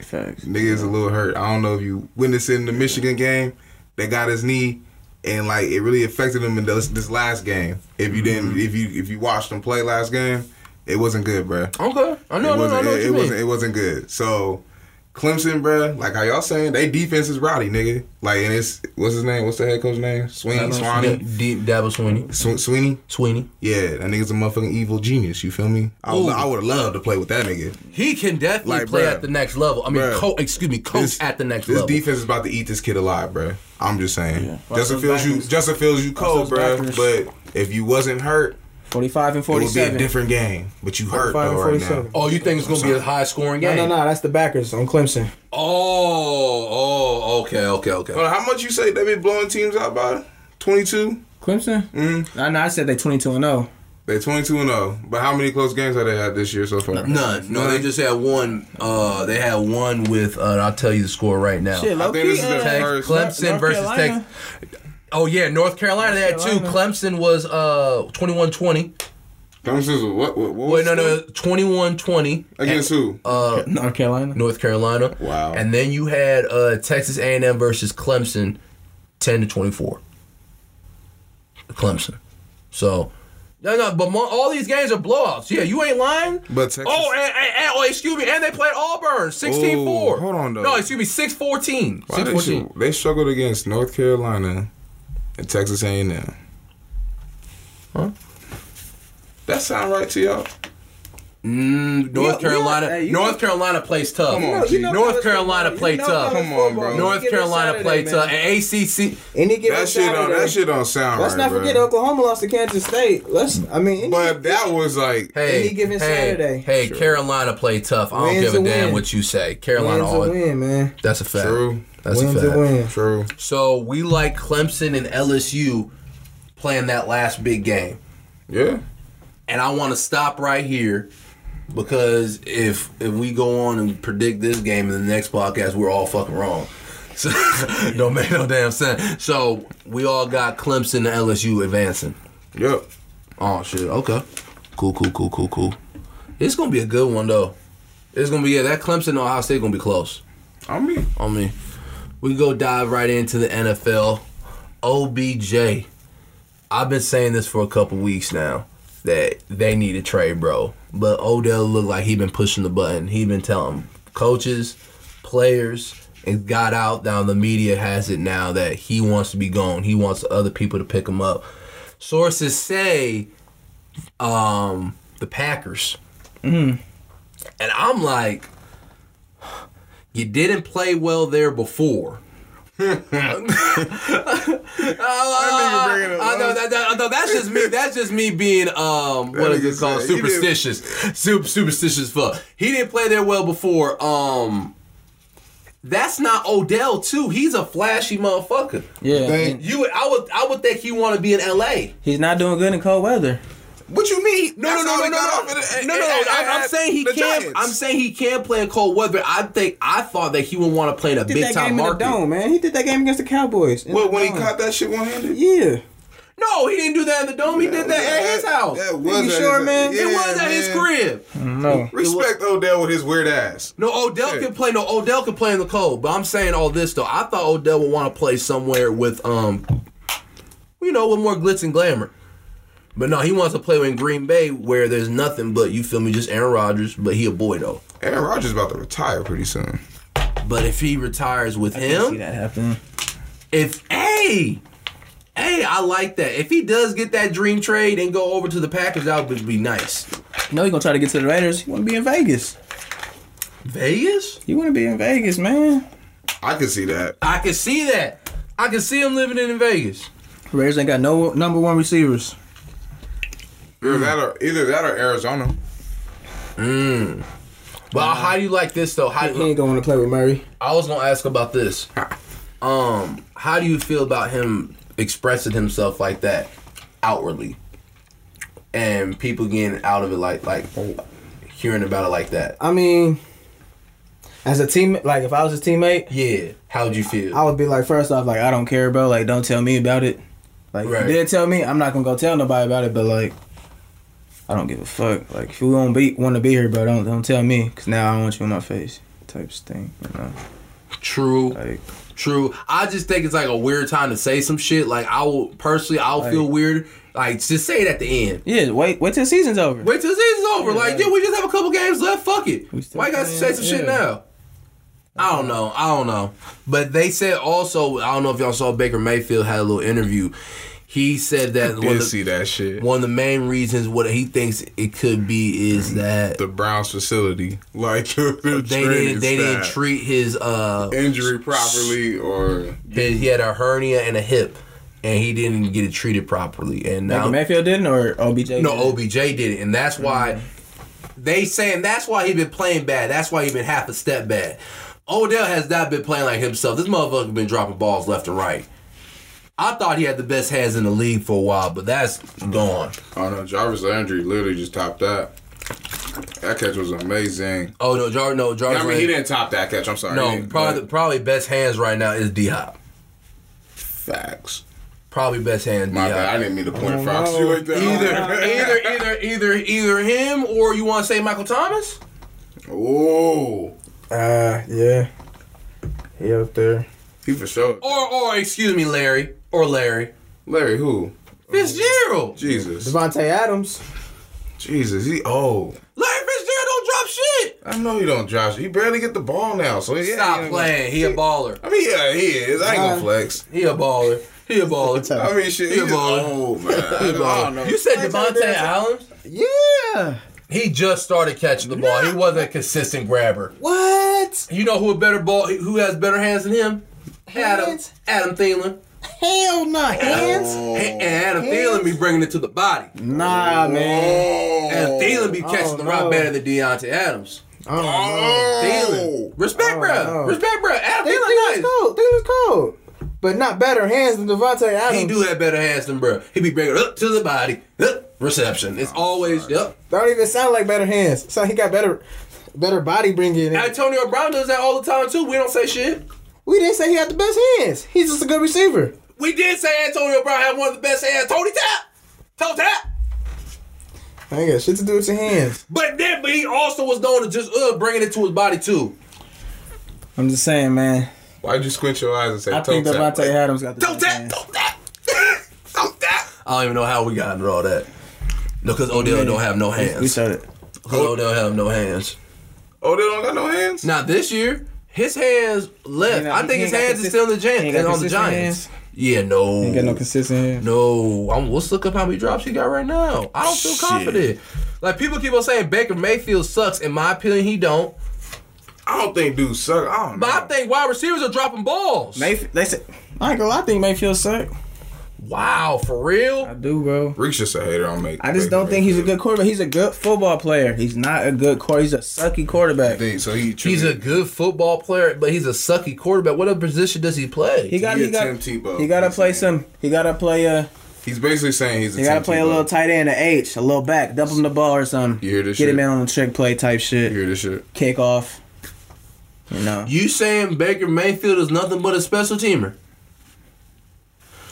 Speaker 3: Facts.
Speaker 2: Nigga is a little hurt. I don't know if you witnessed it in the Michigan game. They got his knee, and like it really affected him in this, this last game. If you didn't, if you if you watched him play last game, it wasn't good, bruh.
Speaker 1: Okay, I know, no, no, I
Speaker 2: it wasn't,
Speaker 1: know
Speaker 2: it,
Speaker 1: what
Speaker 2: it
Speaker 1: you
Speaker 2: wasn't.
Speaker 1: mean.
Speaker 2: It wasn't good. So, Clemson, bruh, like how y'all saying, they defense is rowdy, nigga. Like, and it's what's his name? What's the head coach name? Sweeney, Swanee,
Speaker 1: Deep Dabble Sweeney.
Speaker 2: Sw- Sweeney.
Speaker 1: Sweeney.
Speaker 2: Yeah, that nigga's a motherfucking evil genius. You feel me? I,
Speaker 1: Ooh.
Speaker 2: would- I would have loved to play with that nigga.
Speaker 1: He can definitely
Speaker 2: Like,
Speaker 1: play
Speaker 2: bruh.
Speaker 1: at the next level. I mean,
Speaker 2: Bruh.
Speaker 1: co- excuse me, coach Oh, at the next
Speaker 2: this
Speaker 1: level.
Speaker 2: defense is about to eat this kid alive, bruh. I'm just saying.
Speaker 3: Watch
Speaker 2: Justin
Speaker 3: those
Speaker 2: feels you.
Speaker 3: backers.
Speaker 2: Justin feels you cold,
Speaker 3: those
Speaker 2: bruh.
Speaker 3: backers.
Speaker 2: But if you wasn't hurt,
Speaker 3: Forty-five and
Speaker 2: it would be a
Speaker 3: forty-seven.
Speaker 2: different game. But you hurt
Speaker 3: 45 and
Speaker 2: though right now.
Speaker 3: 47.
Speaker 1: oh, you think it's gonna be a high scoring game?
Speaker 3: No, no, no. That's the backers on Clemson.
Speaker 1: Oh, oh, okay, okay, okay.
Speaker 2: Hold on, how much you say they be blowing teams out by? 22.
Speaker 3: Clemson? Mm. I know. I said they twenty-two and oh. zero.
Speaker 2: They're 22 and 0. But how many close games have they had this year so far?
Speaker 1: None. No, they just had one. Uh, they had one with. Uh, I'll tell you the score right now.
Speaker 3: Shit,
Speaker 2: I
Speaker 3: low
Speaker 2: think this
Speaker 3: key.
Speaker 2: is their
Speaker 3: Uh,
Speaker 1: Tex-
Speaker 2: first-
Speaker 1: Clemson
Speaker 3: North
Speaker 1: versus
Speaker 3: Carolina.
Speaker 1: Texas. Oh yeah, North Carolina. they had two. Clemson was uh 21-20.
Speaker 2: Clemson's what? What? what
Speaker 1: Wait,
Speaker 2: was
Speaker 1: no,
Speaker 2: it?
Speaker 1: no, 21-20
Speaker 2: Against who?
Speaker 1: uh
Speaker 3: North Carolina.
Speaker 1: North Carolina.
Speaker 2: Wow.
Speaker 1: And then you had uh Texas A&M versus Clemson, ten to twenty four. Clemson. So. No, no, but mo- all these games are blowouts. Yeah, you ain't lying.
Speaker 2: But Texas-
Speaker 1: oh, and, and, and- oh, excuse me, and they played Auburn 16-4.
Speaker 2: Ooh, hold on, though.
Speaker 1: No, excuse me, 6-14.
Speaker 2: Why they,
Speaker 1: 6-14.
Speaker 2: should- they struggled against North Carolina and Texas A&M. Huh? That sound right to y'all?
Speaker 1: Mm, North
Speaker 3: we are-
Speaker 1: Carolina.
Speaker 3: hey, you
Speaker 1: North
Speaker 3: know-
Speaker 1: Carolina plays tough.
Speaker 2: Come on, G.
Speaker 1: North Carolina play tough.
Speaker 2: Come on, bro.
Speaker 1: North Carolina play tough. And ACC.
Speaker 3: Any given
Speaker 2: That shit don't.
Speaker 3: Saturday.
Speaker 2: That shit don't sound
Speaker 3: Let's
Speaker 2: right,
Speaker 3: not
Speaker 2: bro.
Speaker 3: forget Oklahoma lost to Kansas State. Let's. I mean, any-
Speaker 2: But that was like,
Speaker 1: Hey,
Speaker 3: Any given
Speaker 1: hey,
Speaker 3: Saturday.
Speaker 1: hey, Carolina play tough. I don't
Speaker 3: Win's
Speaker 1: give a
Speaker 3: a
Speaker 1: damn
Speaker 3: win.
Speaker 1: what you say. Carolina,
Speaker 3: win's a
Speaker 1: always,
Speaker 3: win, man.
Speaker 1: that's a fact.
Speaker 2: true,
Speaker 1: That's
Speaker 3: win's
Speaker 1: a
Speaker 3: a
Speaker 1: fact.
Speaker 3: win.
Speaker 2: true.
Speaker 1: So we like Clemson and LSU playing that last big game.
Speaker 2: Yeah,
Speaker 1: And I want to stop right here because if if we go on and predict this game in the next podcast, we're all fucking wrong. <laughs> So, don't make no damn sense. So we all got Clemson and LSU advancing.
Speaker 2: yep.
Speaker 1: Oh shit. Okay. Cool. Cool. Cool. Cool. Cool. It's gonna be a good one though. It's gonna be yeah. That Clemson and Ohio State gonna be close.
Speaker 2: I mean,
Speaker 1: I mean, we go dive right into the NFL. OBJ. I've been saying this for a couple weeks now that they need a trade, bro. But Odell looked like he been pushing the button. He been telling coaches, players, it got out. Now the media has it now that he wants to be gone. He wants other people to pick him up. Sources say um, the Packers.
Speaker 2: Mm-hmm.
Speaker 1: And I'm like, you didn't play well there
Speaker 2: <laughs>
Speaker 1: before. <laughs>
Speaker 2: I think you're bringing
Speaker 1: I
Speaker 2: up.
Speaker 1: know
Speaker 2: love.
Speaker 1: that, that- I know that's just me. That's just me being um what is it
Speaker 2: nigga
Speaker 1: called?
Speaker 2: said he didn't-
Speaker 1: Superstitious. Super, superstitious fuck. He didn't play there well before. Um, that's not Odell too. He's a flashy motherfucker.
Speaker 3: Yeah, I
Speaker 2: Thank-
Speaker 3: mean,
Speaker 1: You, would- I would, I would think he want to be in L.A.
Speaker 3: he's not doing good in cold weather.
Speaker 2: What you mean?
Speaker 1: No, no,
Speaker 2: That's
Speaker 1: no,
Speaker 2: how
Speaker 1: no, no,
Speaker 2: he got
Speaker 1: no,
Speaker 2: off at- at-
Speaker 1: no, no, no.
Speaker 2: at-
Speaker 1: I'm, I'm
Speaker 2: at
Speaker 1: saying he
Speaker 2: the
Speaker 1: can.
Speaker 2: Giants.
Speaker 1: I'm saying he can play in cold weather. I think I thought that he would want to play in a
Speaker 3: Did
Speaker 1: big
Speaker 3: that game
Speaker 1: time
Speaker 3: in the
Speaker 1: market.
Speaker 3: dome, man. He did that game against the Cowboys. in
Speaker 2: What
Speaker 3: the
Speaker 2: when he
Speaker 3: dome.
Speaker 2: caught that shit one handed?
Speaker 3: Yeah.
Speaker 1: No, he didn't do that in the dome. He did that at his house.
Speaker 2: That
Speaker 1: It
Speaker 2: was
Speaker 3: You
Speaker 2: at
Speaker 3: sure,
Speaker 2: his-
Speaker 3: man? It
Speaker 2: yeah,
Speaker 1: was at his
Speaker 2: man.
Speaker 1: crib.
Speaker 3: No.
Speaker 2: Respect Odell with his weird ass.
Speaker 1: No, Odell
Speaker 2: Shit.
Speaker 1: can play. No, Odell can play in the cold. But I'm saying all this though. I thought Odell would want to play somewhere with um, you know, with more glitz and glamour. But no, he wants to play in Green Bay where there's nothing but you feel me, just Aaron Rodgers. But he a boy though.
Speaker 2: Aaron Rodgers about to retire pretty soon.
Speaker 1: But if he retires with
Speaker 3: Didn't see
Speaker 1: him,
Speaker 3: that happen.
Speaker 1: if hey, hey, I like that. If he does get that dream trade and go over to the Packers, that would be nice.
Speaker 3: No, he's gonna try to get to the Raiders. He wanna be in Vegas.
Speaker 1: Vegas,
Speaker 3: You wanna be in Vegas, man.
Speaker 2: I could see that.
Speaker 1: I can see that. I can see him living in Vegas.
Speaker 3: Raiders ain't got no number one receivers.
Speaker 1: Hmm.
Speaker 2: Either that or either that or Arizona.
Speaker 1: But how do you like this though? How
Speaker 3: Uh, He ain't gonna wanna play with Murray.
Speaker 1: I was gonna ask about this. Um, how do you feel about him expressing himself like that outwardly, and people getting out of it like like hearing about it like that?
Speaker 3: I mean, as a teammate, like if I was his teammate,
Speaker 1: Yeah, how'd you feel?
Speaker 3: I would be like, first off, like I don't care, bro. Like don't tell me about it. Like
Speaker 1: Right.
Speaker 3: you did tell me, I'm not gonna go tell nobody about it. But like, I don't give a fuck. Like if you don't be want to be here, bro, don't don't tell me, cause now I don't want you in my face. Types thing, you know.
Speaker 1: True,
Speaker 3: Like
Speaker 1: true. I just think it's like a weird time to say some shit. Like I will personally, I'll feel
Speaker 3: Like-
Speaker 1: weird. Like just say it at the end.
Speaker 3: yeah, wait wait till the season's over.
Speaker 1: Wait till the season's over.
Speaker 3: Yeah,
Speaker 1: like,
Speaker 3: right.
Speaker 1: yeah, we just have a couple games left. Fuck it.
Speaker 3: We still
Speaker 1: Why you guys
Speaker 3: playing?
Speaker 1: say some shit
Speaker 3: Yeah.
Speaker 1: now? I don't know. I don't know. But they said also, I don't know if y'all saw Baker Mayfield had a little interview. He said
Speaker 3: <laughs>
Speaker 1: that one
Speaker 2: Did
Speaker 1: of, the,
Speaker 2: see that shit.
Speaker 1: one of the main reasons what he thinks it could be is that
Speaker 2: The Browns facility, like <laughs>
Speaker 1: they didn't they didn't treat his uh
Speaker 2: injury properly or
Speaker 1: his, he had a hernia and a hip and he didn't get it treated properly and
Speaker 3: Baker
Speaker 1: now
Speaker 3: Mayfield didn't or OBJ?
Speaker 1: No,
Speaker 3: didn't?
Speaker 1: OBJ did it, and that's why
Speaker 2: Mm-hmm.
Speaker 1: they saying that's why he been playing bad. That's why he been half a step bad. Odell has not been playing like himself. This motherfucker been dropping balls left and right. I thought he had the best hands in the league for a while, but that's gone.
Speaker 2: Oh no, Jarvis Landry literally just topped that. That catch was amazing.
Speaker 1: Oh no, Jar no Jarvis.
Speaker 2: I mean, he didn't top that catch. I'm sorry. He
Speaker 1: No,
Speaker 2: didn't,
Speaker 1: probably
Speaker 2: but-
Speaker 1: probably best hands right now is D Hop.
Speaker 2: facts.
Speaker 1: Probably best hands D
Speaker 2: My bad. I
Speaker 1: Hop.
Speaker 2: didn't mean to point
Speaker 3: Oh,
Speaker 2: Fox
Speaker 3: no.
Speaker 2: you like that. <laughs>
Speaker 1: Either either either either either him or you want to say Michael Thomas?
Speaker 2: Oh,
Speaker 3: Uh, yeah. He up there.
Speaker 2: he for sure.
Speaker 1: Or or excuse me, Larry or Larry
Speaker 2: Larry, who?
Speaker 1: Fitzgerald.
Speaker 2: Jesus,
Speaker 3: Devontae Adams.
Speaker 2: Jesus. He oh.
Speaker 1: Larry Fitzgerald don't drop shit.
Speaker 2: I know he don't drive. He barely get the ball now. So yeah,
Speaker 1: Stop
Speaker 2: he ain't-
Speaker 1: playing. He a baller.
Speaker 2: I mean, yeah, he is. I ain't gonna
Speaker 3: Uh,
Speaker 2: flex.
Speaker 1: He a baller. He a baller.
Speaker 2: I mean, shit.
Speaker 1: <laughs> he
Speaker 2: He
Speaker 1: a
Speaker 2: just
Speaker 1: baller.
Speaker 2: old, man. I
Speaker 1: He a
Speaker 2: don't know.
Speaker 1: baller. You said
Speaker 3: Play Tony
Speaker 1: Devontae
Speaker 3: Davis.
Speaker 1: Adams?
Speaker 3: Yeah.
Speaker 1: He just started catching the ball. He wasn't a consistent grabber.
Speaker 3: What?
Speaker 1: You know who a better ball? Who has better hands than him? Adam.
Speaker 3: Hands?
Speaker 1: Adam Thielen.
Speaker 3: Hell no. Hands?
Speaker 1: And- And
Speaker 2: Oh,
Speaker 1: Adam Thielen be bringing it to the body.
Speaker 3: Nah, man.
Speaker 1: And Thielen be catching the rock
Speaker 3: no.
Speaker 1: better than Deontay Adams.
Speaker 3: I
Speaker 1: Oh,
Speaker 3: don't know.
Speaker 1: Thielen.
Speaker 2: Oh.
Speaker 1: Respect, bruh.
Speaker 3: no.
Speaker 1: Respect, bruh. Adam
Speaker 3: They, they
Speaker 1: Thielen
Speaker 3: was
Speaker 1: nice.
Speaker 3: cold. They was cold. But not better hands than Devontae Adams.
Speaker 1: He do have better hands than bruh. He be bringing it up to the body. Up, reception.
Speaker 2: Oh,
Speaker 1: It's always, yep.
Speaker 3: That don't even sound like better hands. So he got better better body bringing in.
Speaker 1: Antonio Brown does that all the time, too. We don't say shit.
Speaker 3: We didn't say he had the best hands. He's just a good receiver.
Speaker 1: We did say Antonio Brown had one of the best hands. Tony Tap. Toe Tap.
Speaker 3: I ain't got shit to do with your hands.
Speaker 1: But then, but he also was known to just uh, bringing it to his body, too.
Speaker 3: I'm just saying, man.
Speaker 2: Why'd you squint your eyes and say
Speaker 3: I think
Speaker 2: toe tap?
Speaker 3: Devontae Adams got the
Speaker 1: Toe
Speaker 3: best
Speaker 1: Tap.
Speaker 3: hands.
Speaker 1: Toe Tap. <laughs>
Speaker 2: Toe tap.
Speaker 1: I don't even know how we got into all that. No, because Odell don't have no
Speaker 3: We
Speaker 1: hands.
Speaker 3: showed it.
Speaker 1: Because Odell have no hands.
Speaker 2: Oh, they don't got no hands?
Speaker 1: Now this year, his hands left.
Speaker 3: He ain't got-
Speaker 1: I think
Speaker 3: he
Speaker 1: his
Speaker 3: ain't got
Speaker 1: hands is
Speaker 3: consist-
Speaker 1: still in the
Speaker 3: he ain't
Speaker 1: Giants
Speaker 3: got
Speaker 1: and on the
Speaker 3: consistent
Speaker 1: Giants.
Speaker 3: hands.
Speaker 1: Yeah, no.
Speaker 3: Ain't got no consistent hands.
Speaker 1: No, I'm, let's look up how many drops he got right now. I don't feel
Speaker 2: Shit.
Speaker 1: confident. Like people keep on saying Baker Mayfield sucks. In my opinion, he don't.
Speaker 2: I don't think dudes suck. I don't know.
Speaker 1: But I think wide receivers are dropping balls.
Speaker 3: Mayf- they said, I ain't gonna lie, I think Mayfield suck.
Speaker 1: Wow, for real?
Speaker 3: I do, bro.
Speaker 2: Reek's just a hater on me.
Speaker 3: I just don't think he's a good quarterback. He's a good football player. He's not a good quarterback. He's a sucky quarterback.
Speaker 2: Think, so he
Speaker 1: He's a good football player, but he's a sucky quarterback. What other position does he play?
Speaker 3: He got
Speaker 2: He a
Speaker 3: he got
Speaker 2: Tim Tebow.
Speaker 3: he gotta
Speaker 2: He's
Speaker 3: play
Speaker 2: a-
Speaker 3: some. He gotta play a.
Speaker 2: He's basically saying he's a
Speaker 3: He gotta
Speaker 2: Tim
Speaker 3: play a
Speaker 2: Tebow.
Speaker 3: little tight end, a H, a little back, dump him the ball or something.
Speaker 2: You hear this
Speaker 3: Get him
Speaker 2: shit?
Speaker 3: in on a trick play type shit.
Speaker 2: You hear this shit?
Speaker 3: Kick off. You know.
Speaker 1: you saying Baker Mayfield is nothing but a special teamer?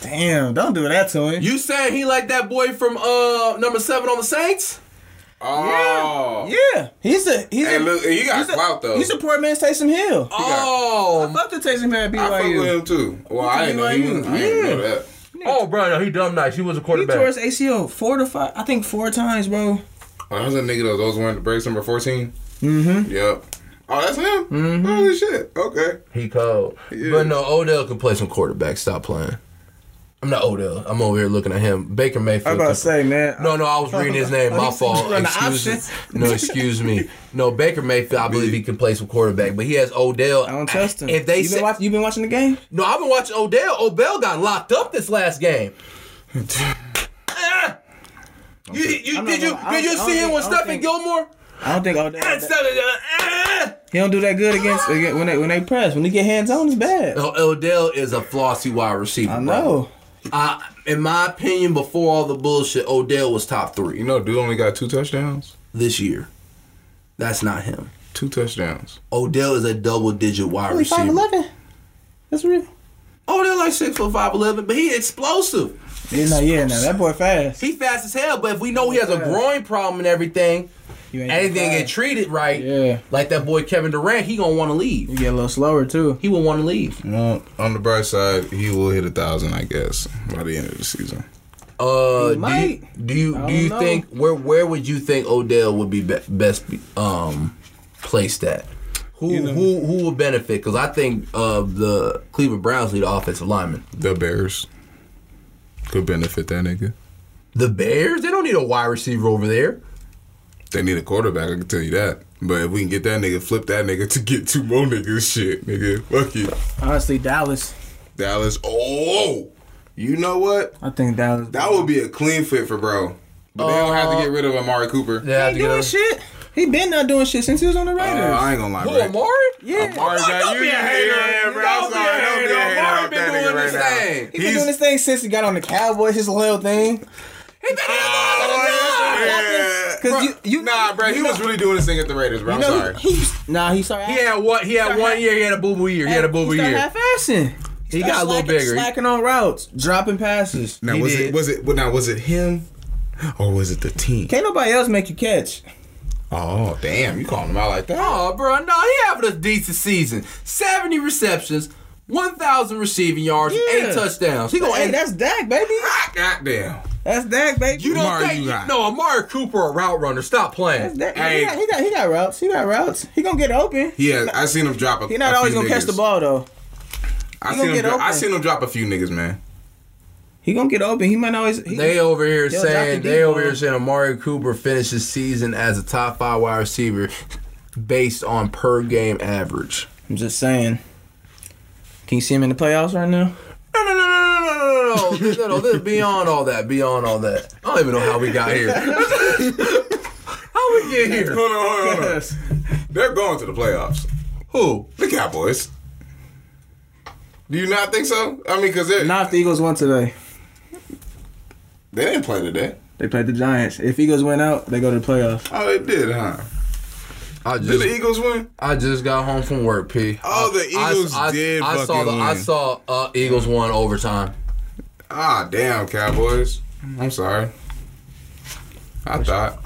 Speaker 3: Damn, don't do that to him.
Speaker 1: You saying he like that boy from uh number seven on the Saints?
Speaker 2: Oh.
Speaker 3: Yeah, he's a he's
Speaker 2: Hey,
Speaker 3: a
Speaker 2: look, he got
Speaker 3: he's a,
Speaker 2: clout, though.
Speaker 3: He's a poor man's Taysom Hill.
Speaker 1: Oh,
Speaker 3: I love the Taysom Hill at
Speaker 2: I fuck with
Speaker 3: BYU.
Speaker 2: him, too. Well, I didn't know he was. I didn't know that.
Speaker 1: Oh, bro, no, he dumb nice. He was a
Speaker 3: He tore
Speaker 1: quarterback.
Speaker 3: his ACL four to five, I think four times, bro.
Speaker 2: Oh, that was a nigga that was always wearing the brace number 14?
Speaker 3: Mm-hmm.
Speaker 2: Yep. Oh, that's him? Holy shit.
Speaker 3: <laughs>
Speaker 2: Okay.
Speaker 1: He cold.
Speaker 2: Yeah.
Speaker 1: But no, Odell can play some quarterback. Stop playing. I'm not Odell. I'm over here looking at him. Baker Mayfield.
Speaker 3: I'm about
Speaker 1: can-
Speaker 3: to say, man.
Speaker 1: no, no, I was reading his
Speaker 3: <laughs>
Speaker 1: name. My fault.
Speaker 3: Run the
Speaker 1: Excuse me.
Speaker 3: options.
Speaker 1: No, excuse me. No, Baker Mayfield. I believe he can play some quarterback, but he has Odell.
Speaker 3: I don't trust him.
Speaker 1: If they
Speaker 3: you been,
Speaker 1: say,
Speaker 3: watch, you been watching the game?
Speaker 1: no, I've been watching Odell. Odell got locked up this last game. You, you,
Speaker 3: I'm not
Speaker 1: did you
Speaker 3: gonna- I
Speaker 1: did you
Speaker 3: don't- I
Speaker 1: see
Speaker 3: don't
Speaker 1: him with
Speaker 3: think- I don't
Speaker 1: Stephen
Speaker 3: think-
Speaker 1: Gilmore?
Speaker 3: I don't think all
Speaker 1: And
Speaker 3: that.
Speaker 1: Stephen, ah!
Speaker 3: He don't do that good against against- when they when they press. When he get hands on, it's
Speaker 1: <laughs>
Speaker 3: bad.
Speaker 1: No, Odell is a flossy wide receiver. bro.
Speaker 3: I know.
Speaker 1: I, in my opinion, before all the bullshit, Odell was top
Speaker 2: You
Speaker 1: three
Speaker 2: know, dude only got two touchdowns?
Speaker 1: this year. That's not him.
Speaker 2: Two touchdowns.
Speaker 1: Odell is a double digit wide
Speaker 3: Only five
Speaker 1: receiver.
Speaker 3: eleven. That's real.
Speaker 1: Odell like six foot five eleven, but he explosive.
Speaker 3: Yeah, no, yeah, no. That boy fast.
Speaker 1: He fast as hell. But if we know he has a
Speaker 3: Yeah.
Speaker 1: groin problem and everything,
Speaker 3: You ain't
Speaker 1: anything get
Speaker 3: fast.
Speaker 1: treated right,
Speaker 3: Yeah.
Speaker 1: like that boy Kevin Durant, he gonna want to leave.
Speaker 3: You get a little slower too.
Speaker 1: He will want to leave.
Speaker 2: Well, on the bright side, he will hit a thousand, I guess, by the end of the season.
Speaker 1: Uh, do
Speaker 3: He
Speaker 1: you,
Speaker 3: might.
Speaker 1: do you
Speaker 3: I
Speaker 1: do you
Speaker 3: don't know.
Speaker 1: think where where would you think Odell would be, be best be, um placed at? Who who who would benefit? Because I think uh, the Cleveland Browns need an offensive lineman.
Speaker 2: The Bears could benefit that nigga.
Speaker 1: The Bears they don't need a wide receiver over there.
Speaker 2: They need a quarterback, I can tell you that. But if we can get that nigga, flip that nigga to get two more niggas, shit, nigga. Fuck you.
Speaker 3: Honestly, Dallas.
Speaker 2: Dallas. Oh, you know what?
Speaker 3: I think Dallas.
Speaker 2: That would be a clean fit for bro. But they don't have to get
Speaker 1: Uh,
Speaker 2: rid of Amari Cooper.
Speaker 1: They have
Speaker 3: He
Speaker 1: to get
Speaker 3: doing
Speaker 1: a-
Speaker 3: shit. He been not doing shit since he was on the
Speaker 2: Uh,
Speaker 3: Raiders.
Speaker 2: I ain't gonna lie,
Speaker 1: Who
Speaker 2: bro.
Speaker 1: Amari?
Speaker 3: yeah.
Speaker 2: Amari
Speaker 1: Don't
Speaker 2: got
Speaker 1: be
Speaker 2: you.
Speaker 1: a hater.
Speaker 2: Yeah, bro.
Speaker 1: Don't
Speaker 2: I'm
Speaker 1: be
Speaker 2: sorry.
Speaker 1: a
Speaker 2: Don't be a
Speaker 1: hater.
Speaker 2: hater
Speaker 1: Amari
Speaker 2: about
Speaker 1: been
Speaker 2: that
Speaker 1: doing
Speaker 2: nigga
Speaker 1: his
Speaker 2: right
Speaker 1: thing.
Speaker 2: now.
Speaker 3: He been doing this thing since he got on the Cowboys. His little thing.
Speaker 1: He been
Speaker 2: Oh,
Speaker 1: doing it.
Speaker 2: yeah.
Speaker 3: Cause
Speaker 2: Bruh,
Speaker 3: you- you-
Speaker 2: nah, bro.
Speaker 3: you
Speaker 2: He
Speaker 3: know-
Speaker 2: was really doing this thing at the Raiders, bro. I'm sorry.
Speaker 3: He, he, nah, he started.
Speaker 1: He had one. He had one year. He had a boo boo year. He had a boo boo
Speaker 3: he started
Speaker 1: year.
Speaker 3: half-assing.
Speaker 1: He got a little
Speaker 3: Slacking-
Speaker 1: bigger. He-
Speaker 3: Slacking on routes, dropping passes.
Speaker 2: Now
Speaker 1: He
Speaker 2: was
Speaker 1: did.
Speaker 2: it was it well, now was it him or was it the team?
Speaker 3: Can't nobody else make you catch.
Speaker 2: Oh damn, you calling him out like that?
Speaker 1: Oh, bro, no, he having a decent season. Seventy receptions, one thousand receiving yards, and
Speaker 3: Yeah.
Speaker 1: eight touchdowns. He gonna
Speaker 3: Hey,
Speaker 1: end.
Speaker 3: that's Dak, baby.
Speaker 2: Goddamn.
Speaker 3: That's Dak, baby.
Speaker 1: You don't
Speaker 2: Amari,
Speaker 1: think
Speaker 2: you got-
Speaker 1: no Amari Cooper a route runner? Stop
Speaker 3: That's
Speaker 1: playing.
Speaker 3: Dak.
Speaker 2: Hey.
Speaker 3: He, got, he got he got routes. He got routes. He gonna get open. He,
Speaker 2: Yeah, I seen him drop a.
Speaker 3: not
Speaker 2: a
Speaker 3: always
Speaker 2: few
Speaker 3: gonna catch
Speaker 2: niggas.
Speaker 3: the ball though.
Speaker 2: I
Speaker 3: He
Speaker 2: seen
Speaker 3: gonna
Speaker 2: him.
Speaker 3: get
Speaker 2: Dro- I
Speaker 3: open.
Speaker 2: seen him drop a few niggas, man.
Speaker 3: He gonna get open. He might always. He,
Speaker 1: They over here
Speaker 3: Yo,
Speaker 1: saying
Speaker 3: Dr. D,
Speaker 1: they over
Speaker 3: bro.
Speaker 1: here saying Amari Cooper finishes season as a top five wide receiver based on per game average.
Speaker 3: I'm just saying. Can you see him in the playoffs right now?
Speaker 1: No, no, no, no, no, no, no, no, no, no, no. Beyond all that, beyond all that. I don't even know how we got here. <laughs> how we get here?
Speaker 2: Hold on, hold
Speaker 1: <laughs>
Speaker 2: on, hold on. They're going to the playoffs.
Speaker 1: Who?
Speaker 2: The Cowboys. Do you not think so? I mean, because they
Speaker 3: Not if the Eagles won today.
Speaker 2: they didn't play today.
Speaker 3: They played the Giants. If Eagles win out, they go to the playoffs.
Speaker 2: Oh, they did, huh?
Speaker 1: I
Speaker 2: Did the
Speaker 1: just
Speaker 2: Eagles win?
Speaker 1: I just got home from work, P.
Speaker 2: Oh,
Speaker 1: I-
Speaker 2: the Eagles did
Speaker 1: I saw
Speaker 2: fucking
Speaker 1: I
Speaker 2: win.
Speaker 1: saw uh, Eagles won overtime.
Speaker 2: Ah, damn, Cowboys.
Speaker 3: Mm.
Speaker 2: I'm sorry. I thought.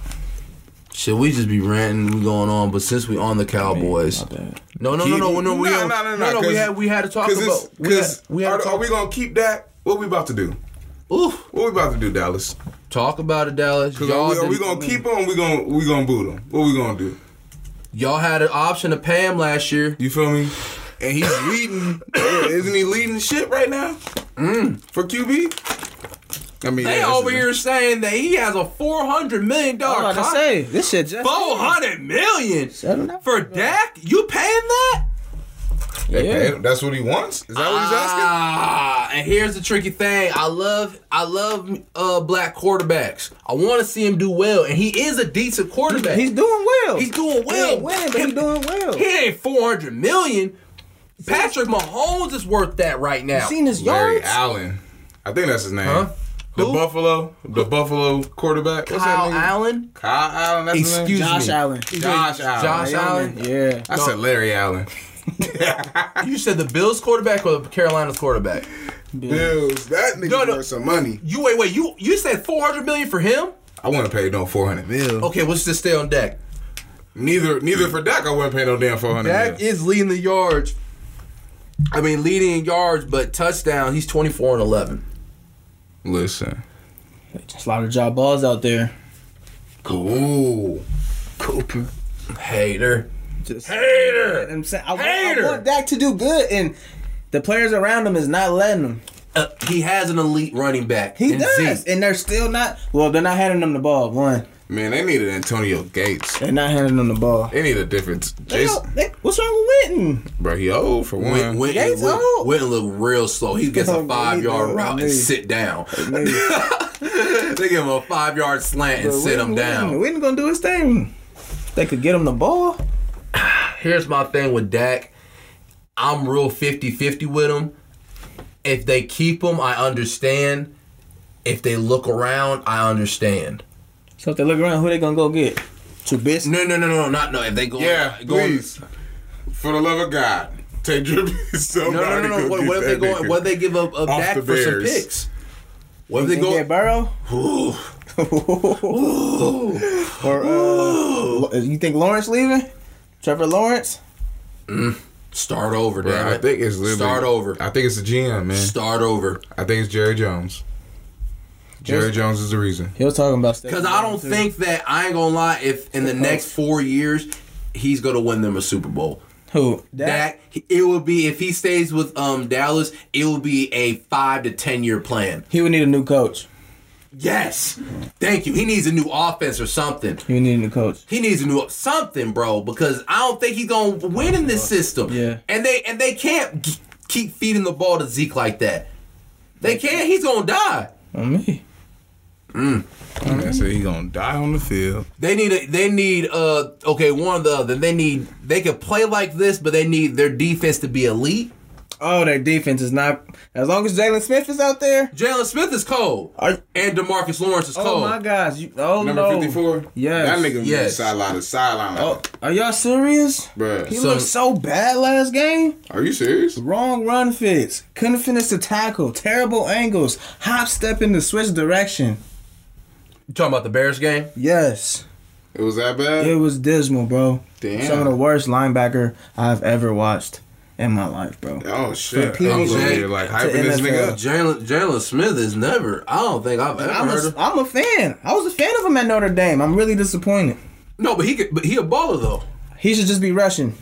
Speaker 1: Should we just be ranting? We going on, but since we on the
Speaker 2: Oh,
Speaker 1: Cowboys,
Speaker 3: My bad.
Speaker 1: no, no, no, no, no, we
Speaker 2: No,
Speaker 1: on-
Speaker 2: no, no, no,
Speaker 1: no, we
Speaker 2: 'cause-
Speaker 1: had we had to talk
Speaker 2: Because
Speaker 1: about
Speaker 2: it's
Speaker 1: we had,
Speaker 2: because
Speaker 1: we had
Speaker 2: are,
Speaker 1: to
Speaker 2: are
Speaker 1: talk.
Speaker 2: we gonna keep that? What we about to do?
Speaker 1: Oof,
Speaker 2: What we about to do, Dallas?
Speaker 1: talk about it, Dallas.
Speaker 2: 'Cause Are
Speaker 1: Y'all,
Speaker 2: we, are we
Speaker 1: didn't-
Speaker 2: gonna keep them? We gonna we gonna boot them? What we gonna do?
Speaker 1: y'all had an option to pay him last year.
Speaker 2: You feel me? And he's leading. <coughs> Isn't he leading shit right now? For QB? I
Speaker 1: Mm. They
Speaker 2: mean, yeah, this
Speaker 1: over
Speaker 2: is-
Speaker 1: here saying that he has a four hundred million
Speaker 3: I
Speaker 1: dollar
Speaker 3: was about to
Speaker 1: contract.
Speaker 3: say this shit just.
Speaker 1: Four hundred million for Dak? You paying that?
Speaker 2: They
Speaker 3: Yeah.
Speaker 2: paid him. That's what he wants? Is that what Oh, he's asking?
Speaker 1: Ah, and here's the tricky thing. I love I love uh black quarterbacks. I want to see him do well, and he is a decent quarterback.
Speaker 3: He's doing well.
Speaker 1: He's doing
Speaker 3: He
Speaker 1: well.
Speaker 3: ain't winning, but he's doing well.
Speaker 1: He ain't four hundred million. Patrick Mahomes is worth that right now.
Speaker 3: seen his
Speaker 2: Larry
Speaker 3: yards.
Speaker 2: Allen. I think that's his name.
Speaker 1: Huh?
Speaker 2: The
Speaker 1: Who?
Speaker 2: Buffalo, the Buffalo quarterback. What's
Speaker 1: Kyle
Speaker 2: that nigga?
Speaker 1: Allen.
Speaker 2: Kyle Allen. That's his name?
Speaker 1: Excuse
Speaker 3: Josh
Speaker 1: me.
Speaker 3: Allen.
Speaker 2: Josh Allen.
Speaker 1: Josh Allen.
Speaker 3: Yeah.
Speaker 2: I said
Speaker 1: <laughs>
Speaker 2: Larry Allen.
Speaker 1: You said the Bills quarterback or the Carolina's quarterback?
Speaker 2: Bills, that nigga
Speaker 1: No, no.
Speaker 2: worth some money.
Speaker 1: You wait, wait. You you said four hundred million for him?
Speaker 2: I wouldn't pay no four hundred mil.
Speaker 1: Okay, let's just stay on Dak.
Speaker 2: Neither, neither for Dak, I wouldn't pay no damn four hundred
Speaker 1: Dak
Speaker 2: mil.
Speaker 1: is leading the yards. I mean, leading in yards, but touchdown. He's twenty four and eleven.
Speaker 2: Listen,
Speaker 3: Just a lot of job balls out there.
Speaker 2: cool.
Speaker 3: Cooper.
Speaker 1: Hater. <laughs>
Speaker 3: Just.
Speaker 1: Hater.
Speaker 3: I'm saying I, want-
Speaker 1: Hater.
Speaker 3: I want Dak to do good, and the players around him is not letting him.
Speaker 1: Uh, he has an elite running back.
Speaker 3: He
Speaker 1: in
Speaker 3: does,
Speaker 1: Zeke.
Speaker 3: and they're still not. Well, they're not handing him the ball. One,
Speaker 2: Man, they needed Antonio Gates.
Speaker 3: they're not handing him the ball.
Speaker 2: They need a difference.
Speaker 3: They
Speaker 2: Jason,
Speaker 3: don't- they- what's wrong with Witten?
Speaker 2: bro, he old for one.
Speaker 1: Went, went,
Speaker 3: Gates
Speaker 1: went,
Speaker 3: old.
Speaker 1: went and looked real slow. He gets
Speaker 3: Oh,
Speaker 1: a
Speaker 3: man,
Speaker 1: five yard
Speaker 3: he
Speaker 1: route and
Speaker 3: old.
Speaker 1: sit down. <laughs> they give him a five yard slant and sit him down.
Speaker 3: Witten gonna do his thing. They could get him the ball.
Speaker 1: Here's my thing with Dak. I'm real 50 50 with him. If they keep him, I understand. If they look around, I understand.
Speaker 3: So if they look around, who they gonna go get? Trubisky.
Speaker 1: No, no, no, no, not no. If they go,
Speaker 2: Yeah,
Speaker 1: go
Speaker 2: please. For the love of God, take Drew Brees.
Speaker 1: No,
Speaker 2: <laughs>
Speaker 1: no, no, no. What, what if they go? What if they give up a
Speaker 2: Off
Speaker 1: Dak
Speaker 2: the
Speaker 1: for some
Speaker 2: Bears.
Speaker 1: picks? What if
Speaker 3: They
Speaker 1: they
Speaker 3: go get
Speaker 1: go? <laughs>
Speaker 3: Burrow
Speaker 1: Ooh,
Speaker 3: or uh, Lo- you think Lawrence leaving? Trevor Lawrence.
Speaker 1: <sighs> start over,
Speaker 2: Bro,
Speaker 1: damn
Speaker 2: I
Speaker 1: it.
Speaker 2: think it's literally
Speaker 1: start over.
Speaker 2: I think it's the GM, man.
Speaker 1: Start over.
Speaker 2: I think it's Jerry Jones. Jerry
Speaker 3: There's-
Speaker 2: Jones is the reason.
Speaker 3: He was talking about
Speaker 1: Because I don't think that I ain't gonna lie. If in the next four years he's gonna win them a Super Bowl,
Speaker 3: who
Speaker 1: that it will be if he stays with um Dallas, it will be a five to ten year plan.
Speaker 3: He would need a new coach.
Speaker 1: Yes, thank you. He needs a new offense or something.
Speaker 3: He would need a new coach.
Speaker 1: He needs to do something, bro, because I don't think he's gonna win in this system.
Speaker 3: Yeah.
Speaker 1: and they and they can't g- keep feeding the ball to Zeke like that. They can't. He's gonna die.
Speaker 3: On me.
Speaker 1: Mm-hmm.
Speaker 2: I said he gonna die on the field.
Speaker 1: They need a, they need uh okay one or the other. They need they could play like this, but they need their defense to be elite.
Speaker 3: Oh, their defense is not. As long as Jalen Smith is out there.
Speaker 1: Jalen Smith is cold,
Speaker 3: Are,
Speaker 1: and Demarcus Lawrence is
Speaker 3: oh
Speaker 1: cold.
Speaker 3: my gosh! You, oh
Speaker 2: Number
Speaker 3: no!
Speaker 2: 54?
Speaker 3: Yes.
Speaker 2: That nigga yes.
Speaker 1: Yes.
Speaker 2: sideline to sideline.
Speaker 3: Oh,
Speaker 2: Oh.
Speaker 3: are y'all serious? He
Speaker 2: Bruh,
Speaker 1: So-
Speaker 3: looked so bad last game.
Speaker 2: are you serious?
Speaker 3: Wrong run fits. Couldn't finish the tackle. Terrible angles. Hop step in the switch direction.
Speaker 1: You talking about the Bears game?
Speaker 3: Yes.
Speaker 2: It was that bad?
Speaker 3: It was dismal, bro.
Speaker 2: Damn.
Speaker 3: Some of the worst linebacker I've ever watched in my life, bro.
Speaker 2: oh shit!
Speaker 3: From
Speaker 2: I'm over
Speaker 1: PJ
Speaker 2: here like
Speaker 3: to
Speaker 2: hyping this
Speaker 3: NFL.
Speaker 2: nigga up.
Speaker 1: Jalen Jalen Smith is never. I don't think I've ever
Speaker 3: I'm
Speaker 1: heard
Speaker 3: a,
Speaker 1: of.
Speaker 3: I'm a fan. I was a fan of him at Notre Dame. I'm really disappointed.
Speaker 1: No, but he could, but he a baller though.
Speaker 3: He should just be rushing.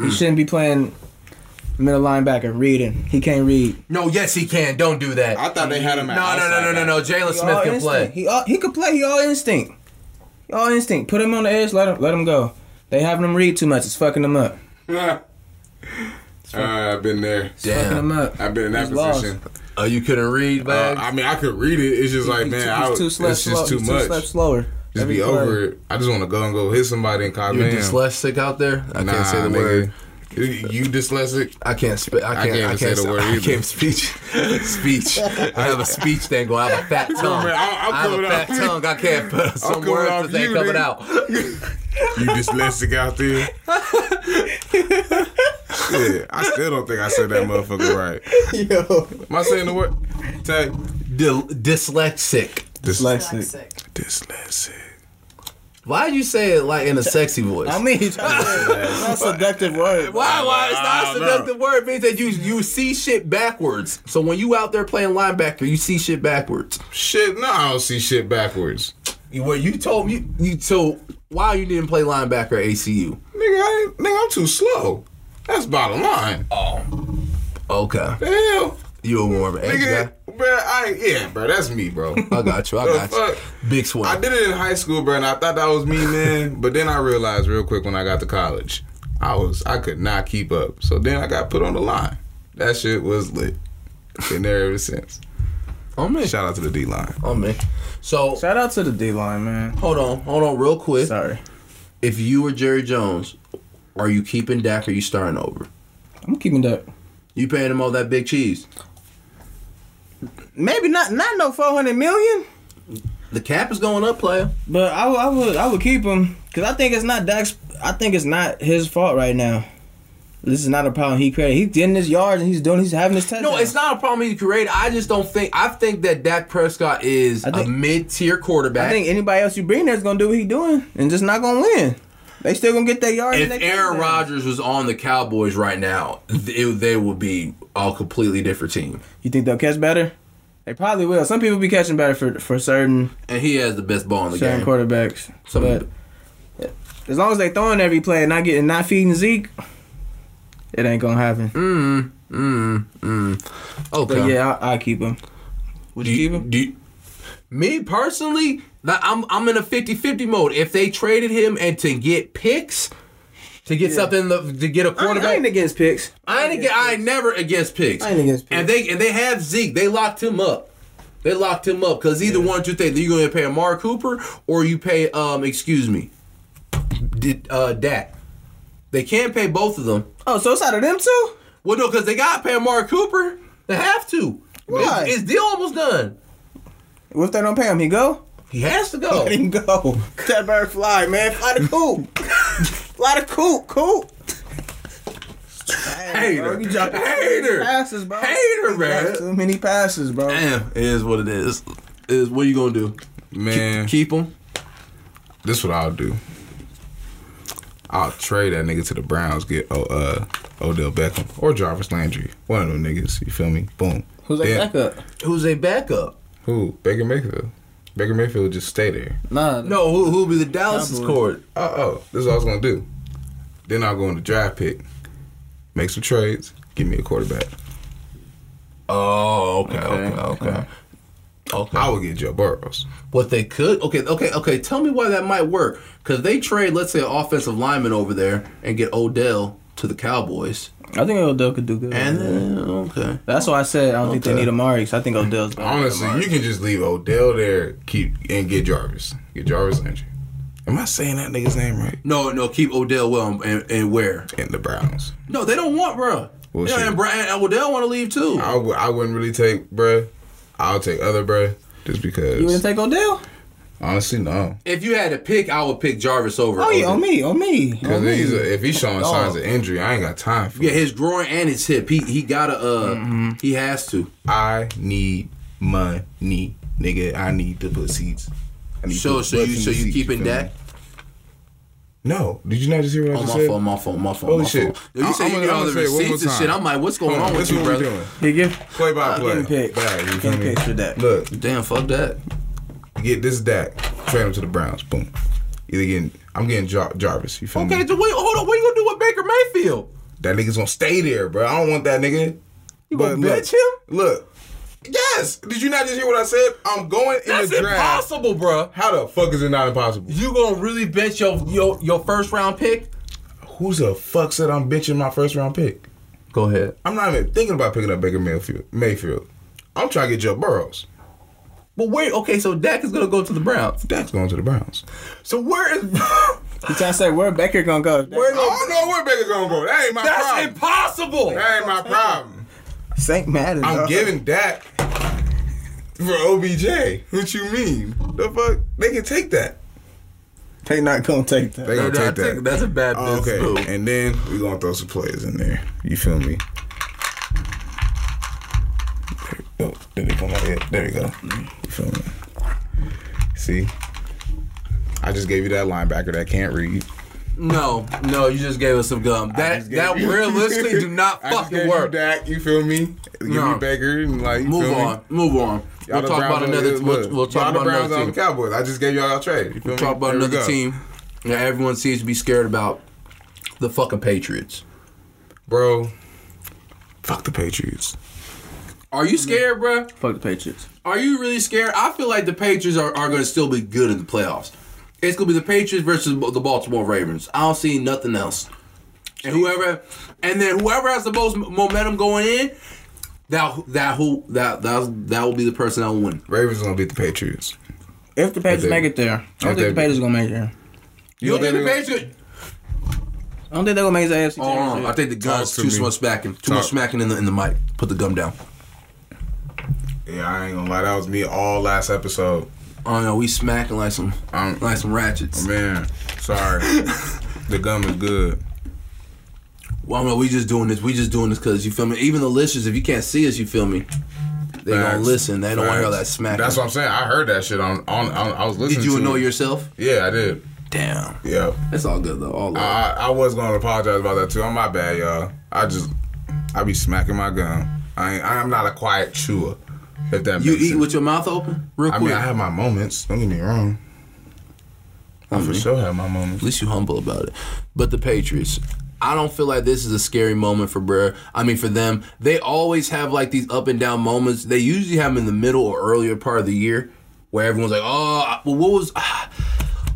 Speaker 3: He shouldn't be playing middle linebacker reading. He can't read.
Speaker 1: No, yes, he can. Don't do that.
Speaker 2: I thought they had him.
Speaker 1: No,
Speaker 2: at
Speaker 1: no, no,
Speaker 2: outside
Speaker 1: no, no,
Speaker 2: back.
Speaker 1: no. Jalen
Speaker 3: He
Speaker 1: Smith
Speaker 3: all
Speaker 1: can
Speaker 3: instinct.
Speaker 1: play.
Speaker 3: He all, he could play. He all instinct. He all instinct. Put him on the edge. Let him let him go. They having him read too much. It's fucking him up.
Speaker 2: <laughs> uh, I've been there.
Speaker 3: It's Fucking him
Speaker 1: Damn.
Speaker 3: up.
Speaker 2: I've been in that
Speaker 3: He's lost.
Speaker 2: position.
Speaker 1: Oh, you couldn't read,
Speaker 2: Uh,
Speaker 1: bags?
Speaker 2: I mean, I could read it. It's just like,
Speaker 3: He's
Speaker 2: man,
Speaker 3: too-
Speaker 2: I
Speaker 3: he's
Speaker 2: was,
Speaker 3: too
Speaker 2: it's
Speaker 3: slow.
Speaker 2: just
Speaker 3: slow-
Speaker 2: too
Speaker 3: he's
Speaker 2: much.
Speaker 3: Two steps slower.
Speaker 2: just
Speaker 3: every
Speaker 2: be
Speaker 3: play.
Speaker 2: over it. I just want to go and go hit somebody and call
Speaker 1: you
Speaker 2: man.
Speaker 1: dyslexic out there? I
Speaker 2: Nah,
Speaker 1: can't say the
Speaker 2: nigga.
Speaker 1: word.
Speaker 2: You- You dyslexic?
Speaker 1: I can't speak. I
Speaker 2: can't
Speaker 1: can't.
Speaker 2: even
Speaker 1: I
Speaker 2: say
Speaker 1: can't
Speaker 2: the
Speaker 1: say
Speaker 2: word
Speaker 1: I
Speaker 2: either.
Speaker 1: can't speech. <laughs> speech. I have a speech thing going. I have a
Speaker 2: <laughs>
Speaker 1: fat tongue.
Speaker 2: man, I- I'm
Speaker 1: I have a
Speaker 2: coming
Speaker 1: fat
Speaker 2: off you.
Speaker 1: tongue. I can't
Speaker 2: <laughs>
Speaker 1: put some
Speaker 2: coming off
Speaker 1: words that ain't
Speaker 2: you,
Speaker 1: coming
Speaker 2: nigga.
Speaker 1: out.
Speaker 2: You dyslexic out there? Shit, I still don't think I said that motherfucker right.
Speaker 3: <laughs> Yo,
Speaker 2: Am I saying the word? Tay.
Speaker 1: Dil- dyslexic.
Speaker 2: Dys-
Speaker 3: dyslexic.
Speaker 2: dyslexic.
Speaker 1: Why'd you say it like in a sexy voice?
Speaker 3: I mean, <laughs> he's trying to- that's a seductive word.
Speaker 1: Why? Why? It's
Speaker 2: I
Speaker 1: not
Speaker 2: don't
Speaker 1: a
Speaker 2: know.
Speaker 1: seductive word. It means that you you see shit backwards. So when you out there playing linebacker, you see shit backwards.
Speaker 2: Shit, no, I don't see shit backwards.
Speaker 1: You, well, you told me you so why you didn't play linebacker at ACU?
Speaker 2: Nigga, I ain't, nigga, I'm too slow. That's bottom line.
Speaker 1: Okay,
Speaker 2: The hell?
Speaker 1: you a warm edge guy.
Speaker 2: Nigga, bro, I ain't, yeah, bro, that's
Speaker 1: <laughs>
Speaker 2: me, bro.
Speaker 1: I got you. I
Speaker 2: The
Speaker 1: got you.
Speaker 2: fuck?
Speaker 1: Big
Speaker 2: I
Speaker 1: swing.
Speaker 2: did it in high school, bro, and I thought that
Speaker 1: <laughs>
Speaker 2: was me, man. But then I realized real quick when I got to college, I was I could not keep up. So then I got put on the line. That shit was lit. Been there ever since.
Speaker 1: On me.
Speaker 2: Shout out to the D line.
Speaker 1: On me. So
Speaker 3: Shout out to the D line, man.
Speaker 1: hold on, hold on, real quick.
Speaker 3: Sorry,
Speaker 1: If you were Jerry Jones, are you keeping Dak or you starting over?
Speaker 3: I'm keeping that.
Speaker 1: You paying him all that big cheese?
Speaker 3: Maybe not not no 400 million,
Speaker 1: The cap is going up, player.
Speaker 3: but I, would- I would I would keep him because I think it's not Dak's. I think it's not his fault right now. This is not a problem he created. He's getting his yards and he's doing. He's having his touchdown.
Speaker 1: No, it's not a problem he created. I just don't think. I think that Dak Prescott is
Speaker 3: I think-
Speaker 1: a mid-tier quarterback.
Speaker 3: I think anybody else you bring there is gonna do what he doing and just not gonna win. They still gonna get their yards.
Speaker 1: if
Speaker 3: and their
Speaker 1: Aaron
Speaker 3: touchdowns.
Speaker 1: Rodgers was on the Cowboys right now, they, they would be a completely different team.
Speaker 3: you think they'll catch better? They probably will. Some people be catching better for for certain
Speaker 1: And he has the best ball in the
Speaker 3: certain
Speaker 1: game.
Speaker 3: quarterbacks.
Speaker 1: Some-
Speaker 3: but as long as they throwing every play and not getting not feeding Zeke, it ain't gonna happen.
Speaker 1: mm, mm, mm. Okay.
Speaker 3: But yeah, I, I keep him. Would
Speaker 1: Do
Speaker 3: you,
Speaker 1: you-
Speaker 3: keep him?
Speaker 1: do you- me personally, like, I'm I'm in a 50-50 mode. If they traded him and to get picks, to get something to, to get a
Speaker 3: I ain't, I
Speaker 1: quarterback,
Speaker 3: ain't against picks.
Speaker 1: I ain't, aga- I ain't never against picks.
Speaker 3: I ain't against picks.
Speaker 1: And they and they have Zeke. They locked him up. They locked him up because either one or two things: you're going to pay Amari Cooper or you pay um excuse me, did uh Dak. They can't pay both of them.
Speaker 3: Oh, so it's out of them too?
Speaker 1: Well, no, because they got to pay Amari Cooper. They have to.
Speaker 3: Why?
Speaker 1: His, his deal almost done.
Speaker 3: What if they don't pay him? He go?
Speaker 1: He has to go.
Speaker 3: <laughs> Let him go. That bird fly, man. Fly the coop. fly the coop. Coop.
Speaker 1: Hater.
Speaker 3: Bro, you dropped
Speaker 1: Hater.
Speaker 3: passes, bro.
Speaker 1: Hater, man.
Speaker 3: Dropped Too many passes, bro.
Speaker 1: Damn, it is what it is. It is what are you gonna do?
Speaker 2: Man,
Speaker 1: Keep him?
Speaker 2: this what I'll do. I'll trade that nigga to the Browns, get oh, uh, Odell Beckham or Jarvis Landry. One of them niggas, you feel me? Boom.
Speaker 3: Who's that
Speaker 2: Then-
Speaker 3: backup?
Speaker 1: Who's a backup?
Speaker 2: Who? Baker Mayfield. Baker Mayfield just stay there.
Speaker 3: Nah.
Speaker 1: No, who who'll be the Dallas'
Speaker 3: Cowboys.
Speaker 1: court?
Speaker 2: Oh, oh, this is what I was gonna do. Then I'll go in the draft pick, make some trades, give me a quarterback.
Speaker 1: Oh, okay,
Speaker 3: Okay,
Speaker 1: okay, okay. Okay.
Speaker 2: I would get Joe Burrows.
Speaker 1: What they could okay, okay, okay. Tell me why that might work. Cause they trade, let's say, an offensive lineman over there and get Odell to the Cowboys.
Speaker 3: I think Odell could do good.
Speaker 1: And
Speaker 2: Mm-hmm.
Speaker 1: then okay.
Speaker 3: That's why I said I don't think they
Speaker 1: Okay.
Speaker 3: need Amari. 'cause I think Odell's better. than
Speaker 2: Honestly,
Speaker 3: Amari.
Speaker 2: you can just leave Odell there, keep and get Jarvis, get Jarvis Landry. Am I saying that nigga's name right?
Speaker 1: No, no, keep Odell well and, and where?
Speaker 2: In the Browns,
Speaker 1: No, they don't want bruh.
Speaker 2: Well, Uh-huh.
Speaker 1: yeah,
Speaker 2: shit.
Speaker 1: and, Bra- and Odell wanna leave too.
Speaker 2: I w- I wouldn't really take bruh. I'll take other bruh just because.
Speaker 3: You wouldn't take Odell?
Speaker 2: honestly, no.
Speaker 1: If you had to pick, I would pick Jarvis over.
Speaker 3: Oh, yeah,
Speaker 1: Odell.
Speaker 3: on me, on me.
Speaker 2: Because
Speaker 3: On me.
Speaker 2: if he's showing signs of injury, I ain't got time for.
Speaker 1: Yeah,
Speaker 2: it.
Speaker 1: his groin and his hip. He he gotta uh
Speaker 2: Mm-hmm.
Speaker 1: he has to.
Speaker 2: I need money, nigga. I need the pussies. I need
Speaker 1: So
Speaker 2: the
Speaker 1: so you
Speaker 2: pussy
Speaker 1: so you
Speaker 2: seats,
Speaker 1: keeping
Speaker 2: feel me?
Speaker 1: Dak?
Speaker 2: No, did you not just hear what
Speaker 1: On
Speaker 2: I
Speaker 1: Oh,
Speaker 2: just
Speaker 1: my
Speaker 2: said?
Speaker 1: phone, my phone, my phone,
Speaker 2: Holy
Speaker 1: my
Speaker 2: shit.
Speaker 1: phone. Yo, you
Speaker 2: I-
Speaker 1: say
Speaker 2: I'm
Speaker 1: you
Speaker 2: gonna-
Speaker 1: get
Speaker 2: I'm
Speaker 1: all
Speaker 2: gonna
Speaker 1: the
Speaker 2: say it one more
Speaker 1: receipts and
Speaker 2: time.
Speaker 1: shit. I'm like, what's going
Speaker 2: Hold
Speaker 1: on
Speaker 2: on,
Speaker 1: with
Speaker 2: this
Speaker 1: you, Uh,
Speaker 2: what we
Speaker 1: brother?
Speaker 2: doing?
Speaker 3: He give.
Speaker 2: Play by
Speaker 3: I'm
Speaker 2: play.
Speaker 3: getting picked.
Speaker 2: Bag, you feel
Speaker 3: Getting
Speaker 2: me?
Speaker 3: picked for that.
Speaker 2: Look,
Speaker 1: Damn, fuck that.
Speaker 2: get this Dak, trade him to the Browns. Boom. Either getting, I'm getting Jar- Jarvis. You feel
Speaker 1: Okay,
Speaker 2: me?
Speaker 1: so wait, hold on. What are you gonna do with Baker Mayfield?
Speaker 2: That nigga's gonna stay there, bro. I don't want that nigga.
Speaker 3: You gonna
Speaker 2: look,
Speaker 3: bench him?
Speaker 2: Look. Yes. Did you not just hear what I said? I'm going in
Speaker 1: That's
Speaker 2: the draft.
Speaker 1: impossible, bro.
Speaker 2: How the fuck is it not impossible?
Speaker 1: You gonna really bench your your, your first round pick?
Speaker 2: Who's the fuck said I'm benching my first round pick?
Speaker 1: Go ahead.
Speaker 2: I'm not even thinking about picking up Baker Mayfield. Mayfield. I'm trying to get Joe Burrows.
Speaker 1: But wait, okay, so Dak is gonna go to the Browns.
Speaker 2: Dak's going to the Browns.
Speaker 1: So where
Speaker 2: <laughs>
Speaker 1: is
Speaker 3: You trying to say where Becker gonna go?
Speaker 2: I don't know where Baker gonna go. That ain't my
Speaker 1: That's
Speaker 2: problem.
Speaker 1: impossible.
Speaker 2: that ain't my problem.
Speaker 3: Saint Madden.
Speaker 2: I'm
Speaker 3: dog.
Speaker 2: giving Dak for OBJ. What you mean? The fuck? They can take that.
Speaker 3: They not gonna take that.
Speaker 2: They
Speaker 1: No,
Speaker 2: gonna
Speaker 1: no, I
Speaker 2: take
Speaker 1: think
Speaker 2: that.
Speaker 1: that's a bad
Speaker 2: Oh,
Speaker 1: business
Speaker 2: okay.
Speaker 1: move.
Speaker 2: And then we gonna throw some players in there. You feel me? Oh, there they come out. Yeah, there you go. You feel me? See? I just gave you that linebacker that can't read.
Speaker 1: No, no, you just gave us some gum. That
Speaker 2: Just gave
Speaker 1: that
Speaker 2: you-
Speaker 1: realistically do not
Speaker 2: <laughs> I just gave
Speaker 1: fucking
Speaker 2: you
Speaker 1: work.
Speaker 2: Dak, you feel me? Give
Speaker 1: No.
Speaker 2: me Baker and like you
Speaker 1: Move
Speaker 2: feel me?
Speaker 1: on. Move on.
Speaker 2: Y'all
Speaker 1: We'll
Speaker 2: the
Speaker 1: talk
Speaker 2: Browns
Speaker 1: about
Speaker 2: on-
Speaker 1: another. We'll,
Speaker 2: look,
Speaker 1: we'll
Speaker 2: y'all
Speaker 1: talk
Speaker 2: the
Speaker 1: about
Speaker 2: Browns
Speaker 1: another
Speaker 2: on the
Speaker 1: team.
Speaker 2: Cowboys. I just gave y'all a trade. You feel me?
Speaker 1: Talk about
Speaker 2: There we
Speaker 1: another
Speaker 2: go.
Speaker 1: team. that everyone seems to be scared about the fucking Patriots.
Speaker 2: bro. Fuck the Patriots.
Speaker 1: Are you scared, bruh?
Speaker 3: Fuck the Patriots.
Speaker 1: Are you really scared? I feel like the Patriots are, are going to still be good in the playoffs. It's going to be the Patriots versus the Baltimore Ravens. I don't see nothing else. And whoever, and then whoever has the most momentum going in, that that who that that that will be the person that will win.
Speaker 2: Ravens gonna beat the Patriots.
Speaker 3: If the Patriots
Speaker 2: If they-
Speaker 3: make it there, I don't
Speaker 2: if
Speaker 3: think the
Speaker 2: they-
Speaker 3: Patriots gonna make it there.
Speaker 1: You don't think the
Speaker 2: they gonna-
Speaker 1: Patriots?
Speaker 3: I don't think they're gonna make it to the AFC
Speaker 1: Hold on,
Speaker 3: Championship.
Speaker 1: Um, I think the guns
Speaker 2: to
Speaker 1: too
Speaker 2: me.
Speaker 1: much smacking, too
Speaker 2: Talk.
Speaker 1: much smacking in the in the mic. Put the gum down.
Speaker 2: Yeah, I ain't gonna lie. That was me all last episode.
Speaker 1: Oh no, we smacking like some
Speaker 2: Um,
Speaker 1: like some ratchets.
Speaker 2: man,
Speaker 1: <laughs>
Speaker 2: sorry. the gum is good.
Speaker 1: Well, no, we just doing this. We just doing this because you feel me. Even the listeners, if you can't see us, you feel me. They
Speaker 2: Facts.
Speaker 1: don't listen. They don't want to hear
Speaker 2: Facts.
Speaker 1: that smack.
Speaker 2: That's what I'm saying. I heard that shit on. on, on I was listening.
Speaker 1: Did you
Speaker 2: to
Speaker 1: annoy
Speaker 2: it.
Speaker 1: yourself?
Speaker 2: Yeah, I did.
Speaker 1: Damn,
Speaker 2: Yeah,
Speaker 1: that's all good though. All love.
Speaker 2: I, I was gonna apologize about that too. I'm my bad, y'all. I just I be smacking my gum. I ain't, I am not a quiet chewer. If that
Speaker 1: you
Speaker 2: makes
Speaker 1: eat
Speaker 2: sense.
Speaker 1: with your mouth open, real
Speaker 2: I
Speaker 1: quick.
Speaker 2: mean, I have my moments. Don't get me wrong. I for sure have my
Speaker 1: At
Speaker 2: moments.
Speaker 1: least you humble about it. But the Patriots, I don't feel like this is a scary moment for bruh. I mean, for them, they always have like these up and down moments. They usually have them in the middle or earlier part of the year where everyone's like, oh, I- well, what was. <sighs> ah."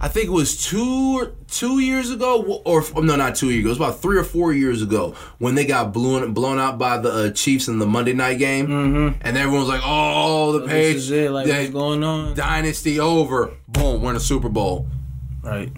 Speaker 1: I think it was two or two years ago, wh- or f- no, not two years ago. It was about three or four years ago when they got blown blown out by the uh, Chiefs in the Monday night game, mm-hmm. and everyone's like, "Oh, the
Speaker 3: This
Speaker 1: Patriots,
Speaker 3: is it. Like,
Speaker 1: they-
Speaker 3: what's going on?
Speaker 1: dynasty over." Boom, we're in a Super Bowl.
Speaker 3: Right.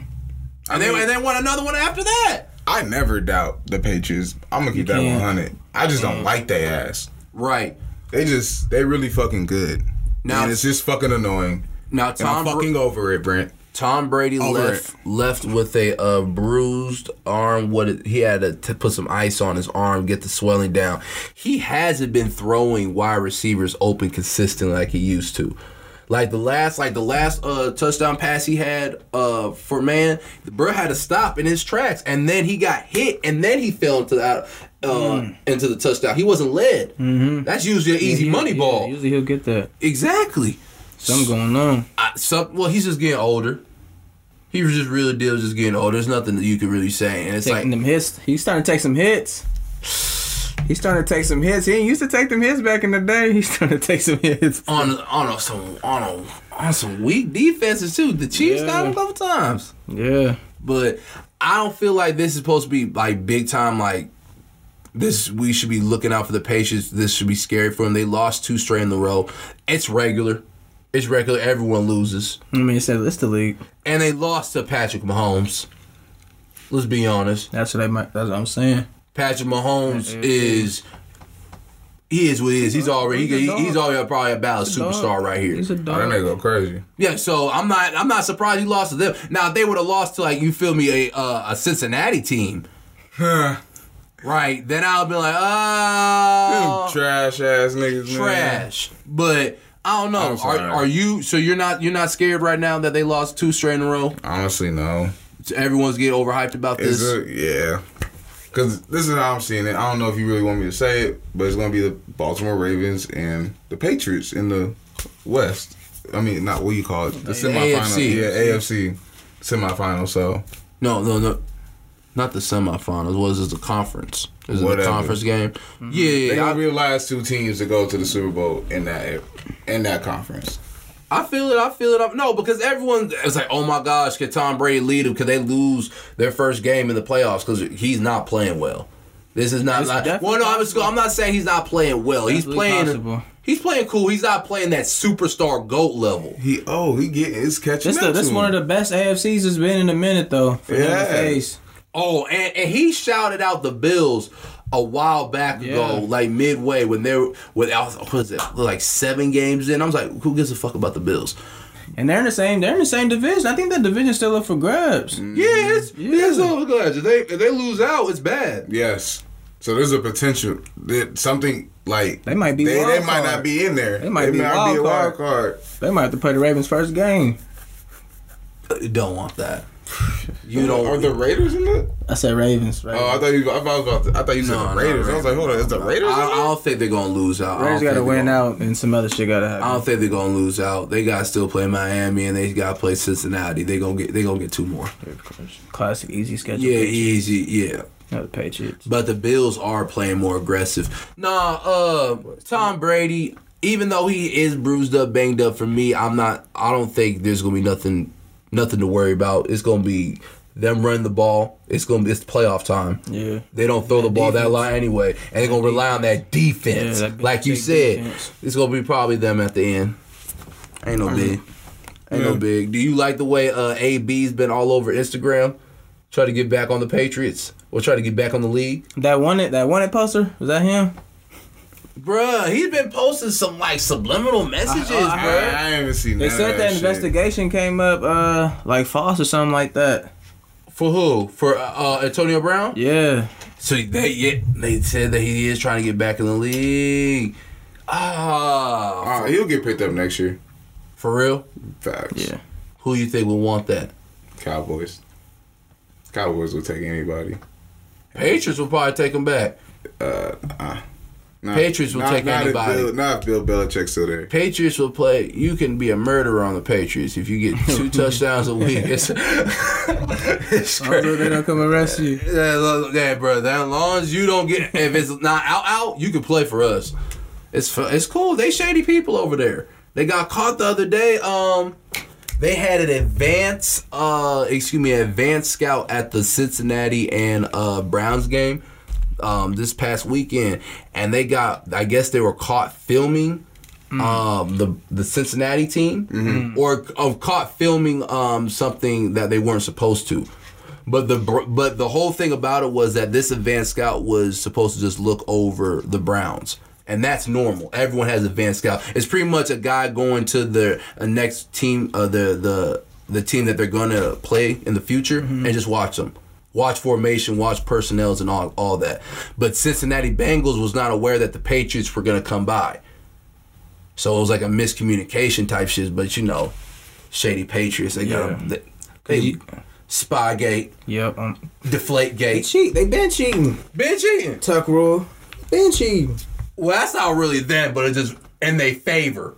Speaker 1: And they, and they won another one after that.
Speaker 2: I never doubt the Patriots. I'm gonna keep that
Speaker 3: can't.
Speaker 2: 100. I just
Speaker 1: Mm.
Speaker 2: don't like their ass.
Speaker 1: Right.
Speaker 2: They just they really fucking good.
Speaker 1: Now-
Speaker 2: Now and it's just fucking annoying.
Speaker 1: Now
Speaker 2: And
Speaker 1: Tom
Speaker 2: I'm fucking
Speaker 1: Bra-
Speaker 2: over it, Brent.
Speaker 1: Tom Brady
Speaker 2: Over
Speaker 1: left left with a uh, bruised arm. What it, he had to t- put some ice on his arm, get the swelling down. He hasn't been throwing wide receivers open consistently like he used to. Like the last, like the last uh, touchdown pass he had uh, for man, the bro had to stop in his tracks, and then he got hit, and then he fell into that uh, into the touchdown. He wasn't led. That's usually an easy money
Speaker 3: Yeah,
Speaker 1: ball.
Speaker 3: Usually he'll get that.
Speaker 1: Exactly.
Speaker 3: Something going on.
Speaker 1: I, some, well, he's just getting older. He was just really deal just getting older. There's nothing that you can really say, and it's
Speaker 3: Taking
Speaker 1: like
Speaker 3: them hits. He's starting to take some hits. He's starting to take some hits. He ain't used to take them hits back in the day. <laughs> He's starting to take some hits.
Speaker 1: on on a, some on a, on some weak defenses too. The Chiefs got him a couple times,
Speaker 3: Yeah.
Speaker 1: but I don't feel like this is supposed to be like big time. Like this, we should be looking out for the Patriots. This should be scary for them. They lost two straight in a row. It's regular. It's regular. Everyone loses,
Speaker 3: I mean, it's the, it's the league.
Speaker 1: and they lost to Patrick Mahomes. Let's be honest.
Speaker 3: That's what, they might, that's what I'm saying.
Speaker 1: Patrick Mahomes
Speaker 3: Yeah, yeah.
Speaker 1: is he is what he is. He's already he,
Speaker 3: He's a
Speaker 1: he's
Speaker 3: dog.
Speaker 1: already probably about a superstar right here.
Speaker 3: He's a
Speaker 2: Oh, that
Speaker 3: dog.
Speaker 1: Uh,
Speaker 2: nigga
Speaker 1: <laughs>
Speaker 2: go crazy.
Speaker 1: Yeah, so I'm not I'm not surprised he lost to them. Now if they would have lost to like you feel me a uh, a Cincinnati team, uh, right? Then I'll be like, oh,
Speaker 2: trash ass niggas. man.
Speaker 1: trash. But I don't know.
Speaker 2: I'm
Speaker 1: Are,
Speaker 2: sorry.
Speaker 1: are you so you're not you're not scared right now that they lost two straight in a row?
Speaker 2: Honestly, no.
Speaker 1: Everyone's getting overhyped about
Speaker 2: It's
Speaker 1: this.
Speaker 2: a, yeah. Cause this is how I'm seeing it. I don't know if you really want me to say it, but it's gonna be the Baltimore Ravens and the Patriots in the West. I mean, not what you call it, the semifinal.
Speaker 1: AFC.
Speaker 2: Yeah, AFC semifinal. So
Speaker 1: no, no, no. not the semifinals. Was it the conference? Is it the
Speaker 2: Whatever.
Speaker 1: conference game? Yeah,
Speaker 2: They
Speaker 1: Yeah,
Speaker 2: gonna be the last two teams to go to the Super Bowl in that era- in that conference.
Speaker 1: I, I feel it. I feel it. I, no, because everyone is like, "Oh my gosh, could Tom Brady lead them? Could they lose their first game in the playoffs because he's not playing well?" This is not.
Speaker 3: It's
Speaker 1: like-
Speaker 3: definitely
Speaker 1: well, no, I'm just. go- I'm not saying he's not playing well. he's
Speaker 3: Definitely
Speaker 1: playing.
Speaker 3: possible.
Speaker 1: He's playing cool. He's not playing that superstar goat level.
Speaker 2: He oh he getting it's catching
Speaker 3: This the,
Speaker 2: up
Speaker 3: this
Speaker 2: to him.
Speaker 3: one of the best AFCs has been in a minute though. For them
Speaker 2: Yeah.
Speaker 3: to face.
Speaker 1: Oh, and, and he shouted out the Bills a while back ago,
Speaker 3: Yeah.
Speaker 1: like midway when they were without what was it like seven games in. I was like, who gives a fuck about the Bills?
Speaker 3: Mm-hmm. and they're in the same. They're in the same division. I think that division's still up for grabs.
Speaker 1: Yeah, it's,
Speaker 3: Yeah. it's
Speaker 1: all good. If they if they lose out, it's bad.
Speaker 2: Yes. So there's a potential that something like
Speaker 3: They might be
Speaker 2: they,
Speaker 3: wild
Speaker 2: they might
Speaker 3: card.
Speaker 2: not be in there.
Speaker 3: They might be wild card.
Speaker 2: card.
Speaker 3: They might have to play the Ravens first game.
Speaker 1: You don't want that. You don't.
Speaker 2: Are the Raiders in it?
Speaker 3: I said Ravens. Ravens,
Speaker 2: Oh, I thought you. I was about. To, I thought you said
Speaker 1: No,
Speaker 2: the
Speaker 1: no,
Speaker 2: Raiders. I was like, hold on, is the
Speaker 1: I,
Speaker 2: Raiders? in
Speaker 1: I
Speaker 2: it?
Speaker 1: don't think they're gonna lose out. I
Speaker 3: Ravens
Speaker 1: don't
Speaker 3: got to
Speaker 1: think they're
Speaker 3: win
Speaker 1: gonna-
Speaker 3: out, and some other shit got to
Speaker 1: I
Speaker 3: happen.
Speaker 1: don't think they're gonna lose out. They gotta still play Miami and they gotta play Cincinnati. They gonna get they gonna get two more.
Speaker 3: Classic easy schedule.
Speaker 1: Yeah,
Speaker 3: Patriots.
Speaker 1: easy. Yeah.
Speaker 3: Another Patriots.
Speaker 1: But the Bills are playing more aggressive. Nah, uh, Tom Brady, even though he is bruised up, banged up for me, I'm not I don't think there's gonna be nothing nothing to worry about. It's gonna be them running the ball. It's gonna be it's playoff time.
Speaker 3: Yeah.
Speaker 1: They don't throw the ball that lot anyway. And they're gonna rely on that defense.
Speaker 3: Yeah, that big,
Speaker 1: like you
Speaker 3: big
Speaker 1: said,
Speaker 3: defense. Mm-hmm.
Speaker 1: it's gonna be probably them at the end. Ain't no big. Ain't no big. Do you like the way uh AB's been all over Instagram? Try to get back on the Patriots or try to get back on the league?
Speaker 3: That one it. That one it poster was that him?
Speaker 1: Bruh, he's been posting some like subliminal messages,
Speaker 2: I,
Speaker 1: bruh.
Speaker 2: I ain't even seen.
Speaker 3: They
Speaker 2: none
Speaker 3: said
Speaker 2: of
Speaker 3: that
Speaker 2: shit.
Speaker 3: investigation came up uh like false or something like that.
Speaker 1: For who? For uh, uh, Antonio Brown?
Speaker 3: Yeah.
Speaker 1: So they yeah, they said that he is trying to get back in the league. Ah,
Speaker 2: Oh, he'll get picked up next year.
Speaker 1: for real?
Speaker 2: Facts.
Speaker 3: Yeah.
Speaker 1: Who you think would want that?
Speaker 2: Cowboys. Cowboys will take anybody.
Speaker 1: Patriots will probably take him back.
Speaker 2: Not,
Speaker 1: Patriots will take
Speaker 2: uh, not if
Speaker 1: anybody.
Speaker 2: Bill, not if Bill Belichick's still there.
Speaker 1: Patriots will play. You can be a murderer on the Patriots if you get <laughs> two touchdowns a week. It's, <laughs> it's
Speaker 3: Hopefully <laughs> they
Speaker 1: crazy.
Speaker 3: don't come arrest you.
Speaker 1: Yeah, lo- yeah, bro. That as long as you don't get, if it's not out, out, you can play for us. It's fu- it's cool. They shady people over there. They got caught the other day. Um, they had an advance, uh, excuse me, advanced scout at the Cincinnati and uh, Browns game, um, this past weekend, and they got. I guess they were caught filming. Um, the the Cincinnati team, or of caught filming um something that they weren't supposed to, but the Br- but the whole thing about it was that this advanced scout was supposed to just look over the Browns, and that's normal. Everyone has advanced scout. It's pretty much a guy going to the uh, next team, uh, the the the team that they're gonna play in the future, and just watch them. Watch formation, watch personnels, and all, all that. But Cincinnati Bengals was not aware that the Patriots were going to come by. So it was like a miscommunication type shit. But you know, shady Patriots, they got
Speaker 3: Yeah.
Speaker 1: a, they, they
Speaker 3: you-
Speaker 1: Spygate.
Speaker 3: Yep. Um,
Speaker 1: Deflate gate.
Speaker 3: cheat. They been cheating.
Speaker 1: Been cheating.
Speaker 3: Tuck rule. Been cheating.
Speaker 1: Well, that's not really them, but it's just in their favor.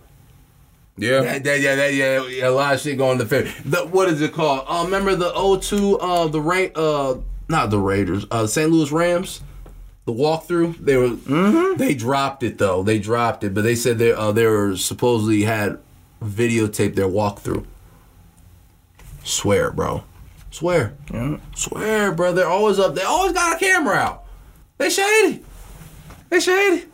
Speaker 2: Yeah.
Speaker 1: That, that, yeah, that, yeah, yeah, a lot of shit going in the favor. The, what is it called? Uh, remember the 02, uh, the Ra- uh, not the Raiders, uh, St. Louis Rams? The walkthrough, they were, they dropped it though. They dropped it, but they said they, uh, they were supposedly had videotaped their walkthrough. Swear, bro. Swear.
Speaker 3: Yeah.
Speaker 1: Swear, bro. They're always up. They always got a camera out. They shady. They shady.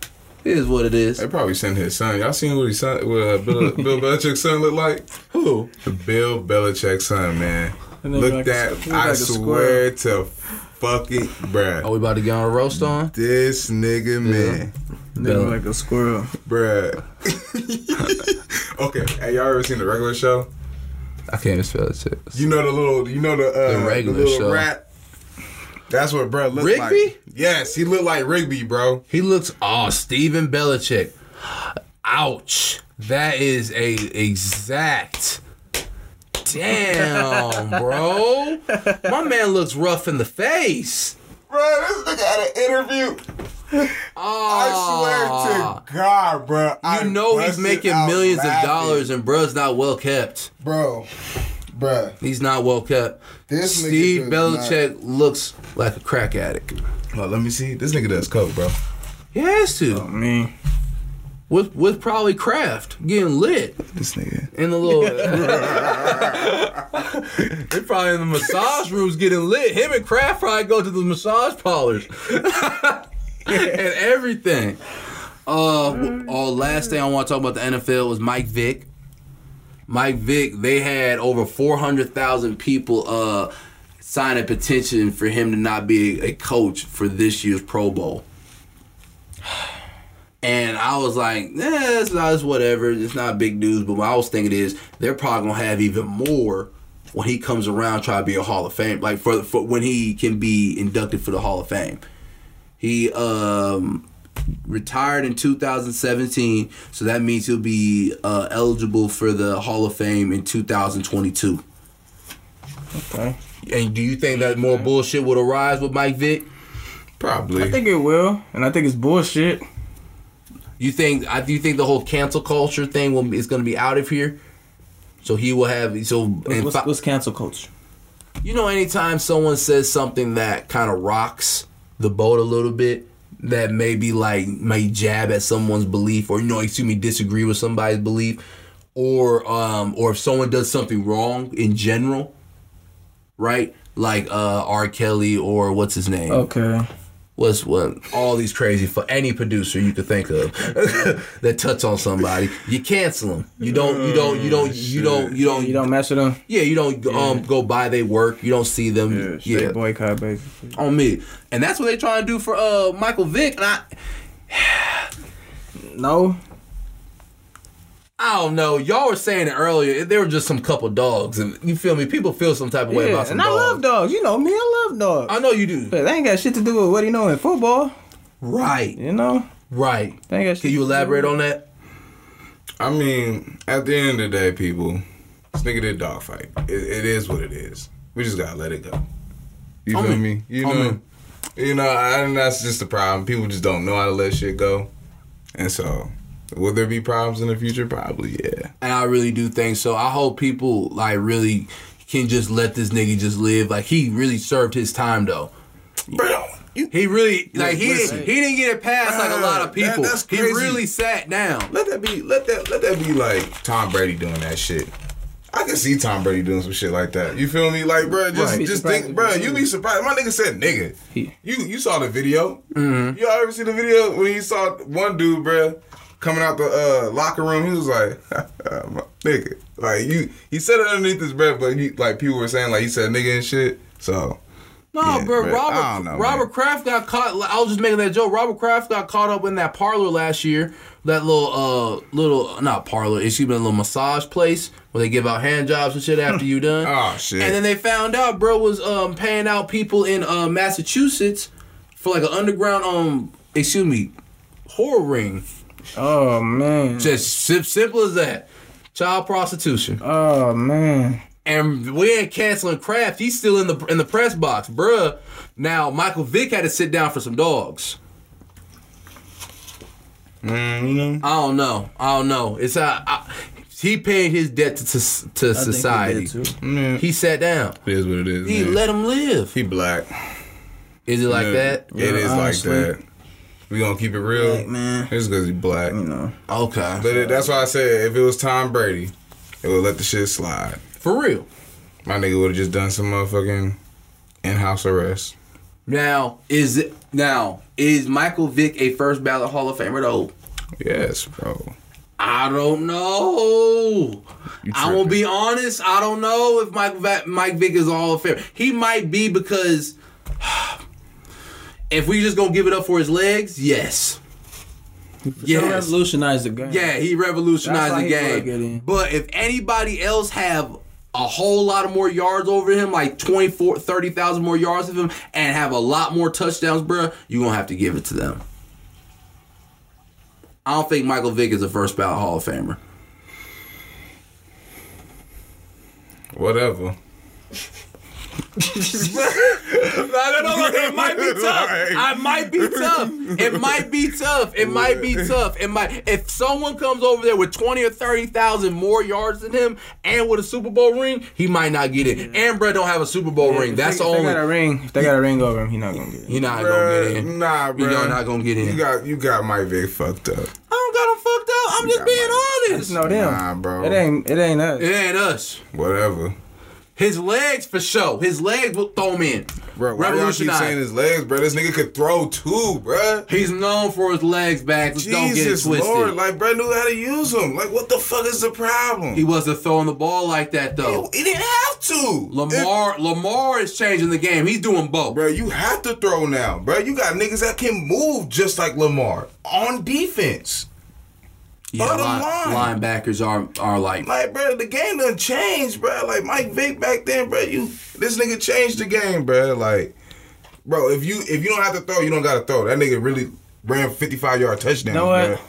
Speaker 1: It is what it is.
Speaker 2: They probably sent his son. Y'all seen what his son, what uh, Bill, Bill Belichick's son look like?
Speaker 1: Who?
Speaker 2: Bill Belichick's son, man.
Speaker 3: And then
Speaker 2: Look
Speaker 3: like a
Speaker 2: that!
Speaker 3: squ-
Speaker 2: I
Speaker 3: like a
Speaker 2: swear to fucking bruh.
Speaker 1: Are we about to get on a roast on?
Speaker 2: This nigga man,
Speaker 3: They look like a squirrel.
Speaker 2: bruh. <laughs> okay, hey, y'all ever seen the regular show?
Speaker 1: I can't even spell it. shit.
Speaker 2: You know the little, you know the uh,
Speaker 1: The
Speaker 2: the
Speaker 1: Regular
Speaker 2: little
Speaker 1: Show.
Speaker 2: rat. That's what bruh looked like.
Speaker 1: Rigby?
Speaker 2: Yes, he looked like Rigby, bro.
Speaker 1: He looks. Oh, Steven Belichick. Ouch. That is a exact. Damn, bro. My man looks rough in the face.
Speaker 2: Bruh, this nigga had an interview. I
Speaker 1: Ah.
Speaker 2: swear to God, bro.
Speaker 1: You know he's making millions of dollars and bruh's not well kept.
Speaker 2: bro.
Speaker 4: Bruh.
Speaker 1: He's not well kept.
Speaker 4: This nigga
Speaker 1: Steve
Speaker 4: does
Speaker 1: Belichick looks like a crack addict.
Speaker 2: Well, let me see. This nigga does coke, bro.
Speaker 1: He has to
Speaker 4: Um,
Speaker 3: I mean,
Speaker 1: with with probably Kraft getting lit
Speaker 2: This nigga.
Speaker 1: in the little. They're probably in the massage rooms getting lit. Him and Kraft probably go to the massage parlors <laughs> and everything. Uh, oh, last thing I want to talk about the NFL was Mike Vick. Mike Vick, they had over 400,000 people uh, sign a petition for him to not be a coach for this year's Pro Bowl. And I was like, eh, it's not, it's whatever. It's not big news. But what I was thinking is they're probably going to have even more when he comes around try to be a Hall of Fame. Like, for, for when he can be inducted for the Hall of Fame. He um, retired in 2017, so that means he'll be uh, eligible for the Hall of Fame in 2022.
Speaker 3: okay.
Speaker 1: And do you think that more bullshit would arise with Mike Vick?
Speaker 2: Probably.
Speaker 3: I think it will, and I think it's bullshit.
Speaker 1: You think? I do you think the whole cancel culture thing will, is going to be out of here? So he will have so and
Speaker 3: What's,
Speaker 1: fi-
Speaker 3: what's cancel culture?
Speaker 1: you know anytime someone says something that kind of rocks the boat a little bit that maybe like may jab at someone's belief or you know excuse me disagree with somebody's belief or um or if someone does something wrong in general right like uh r kelly or what's his name
Speaker 3: Okay.
Speaker 1: what's what all these crazy for any producer you could think of <laughs> that touch on somebody you cancel them you don't you don't you don't you don't you don't
Speaker 3: Oh, You don't mess with them.
Speaker 1: yeah, you don't um go buy they work. You don't see them. Yeah,
Speaker 3: Straight boycott, basically.
Speaker 1: on me, and that's what they trying to do for uh Michael Vick. And I,
Speaker 3: No.
Speaker 1: I don't know. Y'all were saying it earlier. There were just some couple dogs, and you feel me. People feel some type of way
Speaker 3: Yeah,
Speaker 1: about some
Speaker 3: and
Speaker 1: dogs.
Speaker 3: I love dogs. You know me. I love dogs.
Speaker 1: I know you do.
Speaker 3: But they ain't got shit to do with what he know in football.
Speaker 1: Right,
Speaker 3: You know?
Speaker 1: right.
Speaker 3: They ain't got shit
Speaker 1: Can you
Speaker 3: to do
Speaker 1: elaborate
Speaker 3: with-
Speaker 1: on that?
Speaker 2: I mean, at the end of the day, people, this nigga did dogfight. It, it is what it is. We just gotta let it go. You feel
Speaker 1: Amen.
Speaker 2: me? You know,
Speaker 1: Amen.
Speaker 2: you know, I, and that's just the problem. People just don't know how to let shit go, and so will there be problems in the future? Probably, yeah.
Speaker 1: and I really do think so. I hope people like really can just let this nigga just live. Like he really served his time though.
Speaker 2: Bro, you
Speaker 1: He really like he
Speaker 2: Listen.
Speaker 1: didn't, he didn't get it past like a lot of
Speaker 2: That-
Speaker 1: people.
Speaker 2: that's
Speaker 1: he
Speaker 2: crazy.
Speaker 1: really sat down.
Speaker 2: let that be, let that, let that be like Tom Brady doing that shit. I can see Tom Brady doing some shit like that. You feel me? Like, bro, just
Speaker 3: Right.
Speaker 2: just
Speaker 3: Be
Speaker 2: think, bro,
Speaker 3: surprised.
Speaker 2: you be surprised. My nigga said, nigga.
Speaker 3: He- Mm-hmm.
Speaker 2: You you saw the video. You all ever see the video when you saw one dude, bruh, coming out the uh, locker room? He was like, <laughs> my nigga. Like you, he said it underneath his breath, but he like people were saying like he said nigga and shit. So
Speaker 1: No,
Speaker 2: Yeah,
Speaker 1: bro,
Speaker 2: but I
Speaker 1: Robert
Speaker 2: don't know,
Speaker 1: Robert
Speaker 2: man.
Speaker 1: Kraft got caught. I was just making that joke. Robert Kraft got caught up in that parlor last year. That little uh little not parlor, excuse me, a little massage place where they give out hand jobs and shit after you done.
Speaker 2: <laughs> oh shit.
Speaker 1: And then they found out, bro, was um, paying out people in uh, Massachusetts for like an underground, um, excuse me, whore ring.
Speaker 3: Oh man.
Speaker 1: Just sim- simple as that. Child prostitution.
Speaker 3: Oh man.
Speaker 1: And we ain't canceling Kraft. He's still in the in the press box, bruh. Now Michael Vick had to sit down for some dogs.
Speaker 2: Mm, you know.
Speaker 1: I don't know. I don't know. It's uh, I, he paid his debt to to, to society.
Speaker 3: too.
Speaker 2: Yeah.
Speaker 1: He sat down.
Speaker 2: It is what it is.
Speaker 1: He
Speaker 2: man.
Speaker 1: let him live.
Speaker 2: he black.
Speaker 1: Is it like
Speaker 2: Yeah.
Speaker 1: that?
Speaker 2: It is
Speaker 3: honestly.
Speaker 2: like that. We gonna keep it real,
Speaker 3: Black man.
Speaker 2: It's because he black.
Speaker 3: You know.
Speaker 1: Okay.
Speaker 2: But it, that's why I said if it was Tom Brady, it would let the shit slide.
Speaker 1: For real.
Speaker 2: My nigga would have just done some motherfucking in house arrest.
Speaker 1: Now is it now is Michael Vick a first ballot Hall of Famer though?
Speaker 2: Yes, bro.
Speaker 1: I don't know.
Speaker 2: You
Speaker 1: I will be honest. I don't know if Mike Va- Mike Vick is a Hall of Famer. He might be because <sighs> if we just gonna give it up for his legs, yes,
Speaker 3: He
Speaker 1: yes,
Speaker 3: revolutionized the game.
Speaker 1: yeah, he
Speaker 3: That's
Speaker 1: revolutionized
Speaker 3: why
Speaker 1: the
Speaker 3: he wanna get in.
Speaker 1: game. But if anybody else have a whole lot of more yards over him, like 24, 30,000 more yards of him, and have a lot more touchdowns, bruh, you gonna have to give it to them. I don't think Michael Vick is a first ballot Hall of Famer.
Speaker 2: Whatever.
Speaker 1: I don't know
Speaker 2: <laughs>
Speaker 1: it might be tough. I might be tough. It might be tough. It might be tough. It might. If someone comes over there with twenty or thirty thousand more yards than him and with a Super Bowl ring, he might not get it. And Brett don't have a Super Bowl ring. That's
Speaker 3: if
Speaker 1: the
Speaker 3: they, If they got a
Speaker 1: only.
Speaker 3: ring, if they got a ring over him, he not gonna get it.
Speaker 1: You're not gonna
Speaker 2: Bruh,
Speaker 1: get in.
Speaker 2: Nah, bro.
Speaker 1: You're not gonna get in.
Speaker 2: You got you got Mike Vick fucked up.
Speaker 1: I don't got him fucked up. I'm just
Speaker 2: got
Speaker 1: being
Speaker 2: my-
Speaker 1: honest.
Speaker 3: No, Oh, damn.
Speaker 2: Nah, bro.
Speaker 3: It ain't. It ain't us.
Speaker 1: It ain't us.
Speaker 2: Whatever.
Speaker 1: His legs for sure. His legs will throw him in.
Speaker 2: Bro, why y'all keep saying his legs, bro? This nigga could throw too, bro.
Speaker 1: He's known for his legs back. Let's don't get it
Speaker 2: Jesus
Speaker 1: twisted.
Speaker 2: Lord, like bro knew how to use them. Like, what the fuck is the problem?
Speaker 1: he wasn't throwing the ball like that though.
Speaker 2: he didn't have to.
Speaker 1: Lamar Lamar is changing the game. He's doing both.
Speaker 2: Bro, you have to throw now, bro. You got niggas that can move just like Lamar on defense.
Speaker 1: Yeah,
Speaker 2: Bottom
Speaker 1: line, linebackers are are like
Speaker 2: Like, bro, the game done changed, bro. Like Mike Vick back then, bro. You this nigga changed the game, bro. Like, bro, if you if you don't have to throw, you don't gotta throw. That nigga really ran fifty five yard touchdown.
Speaker 3: You know what?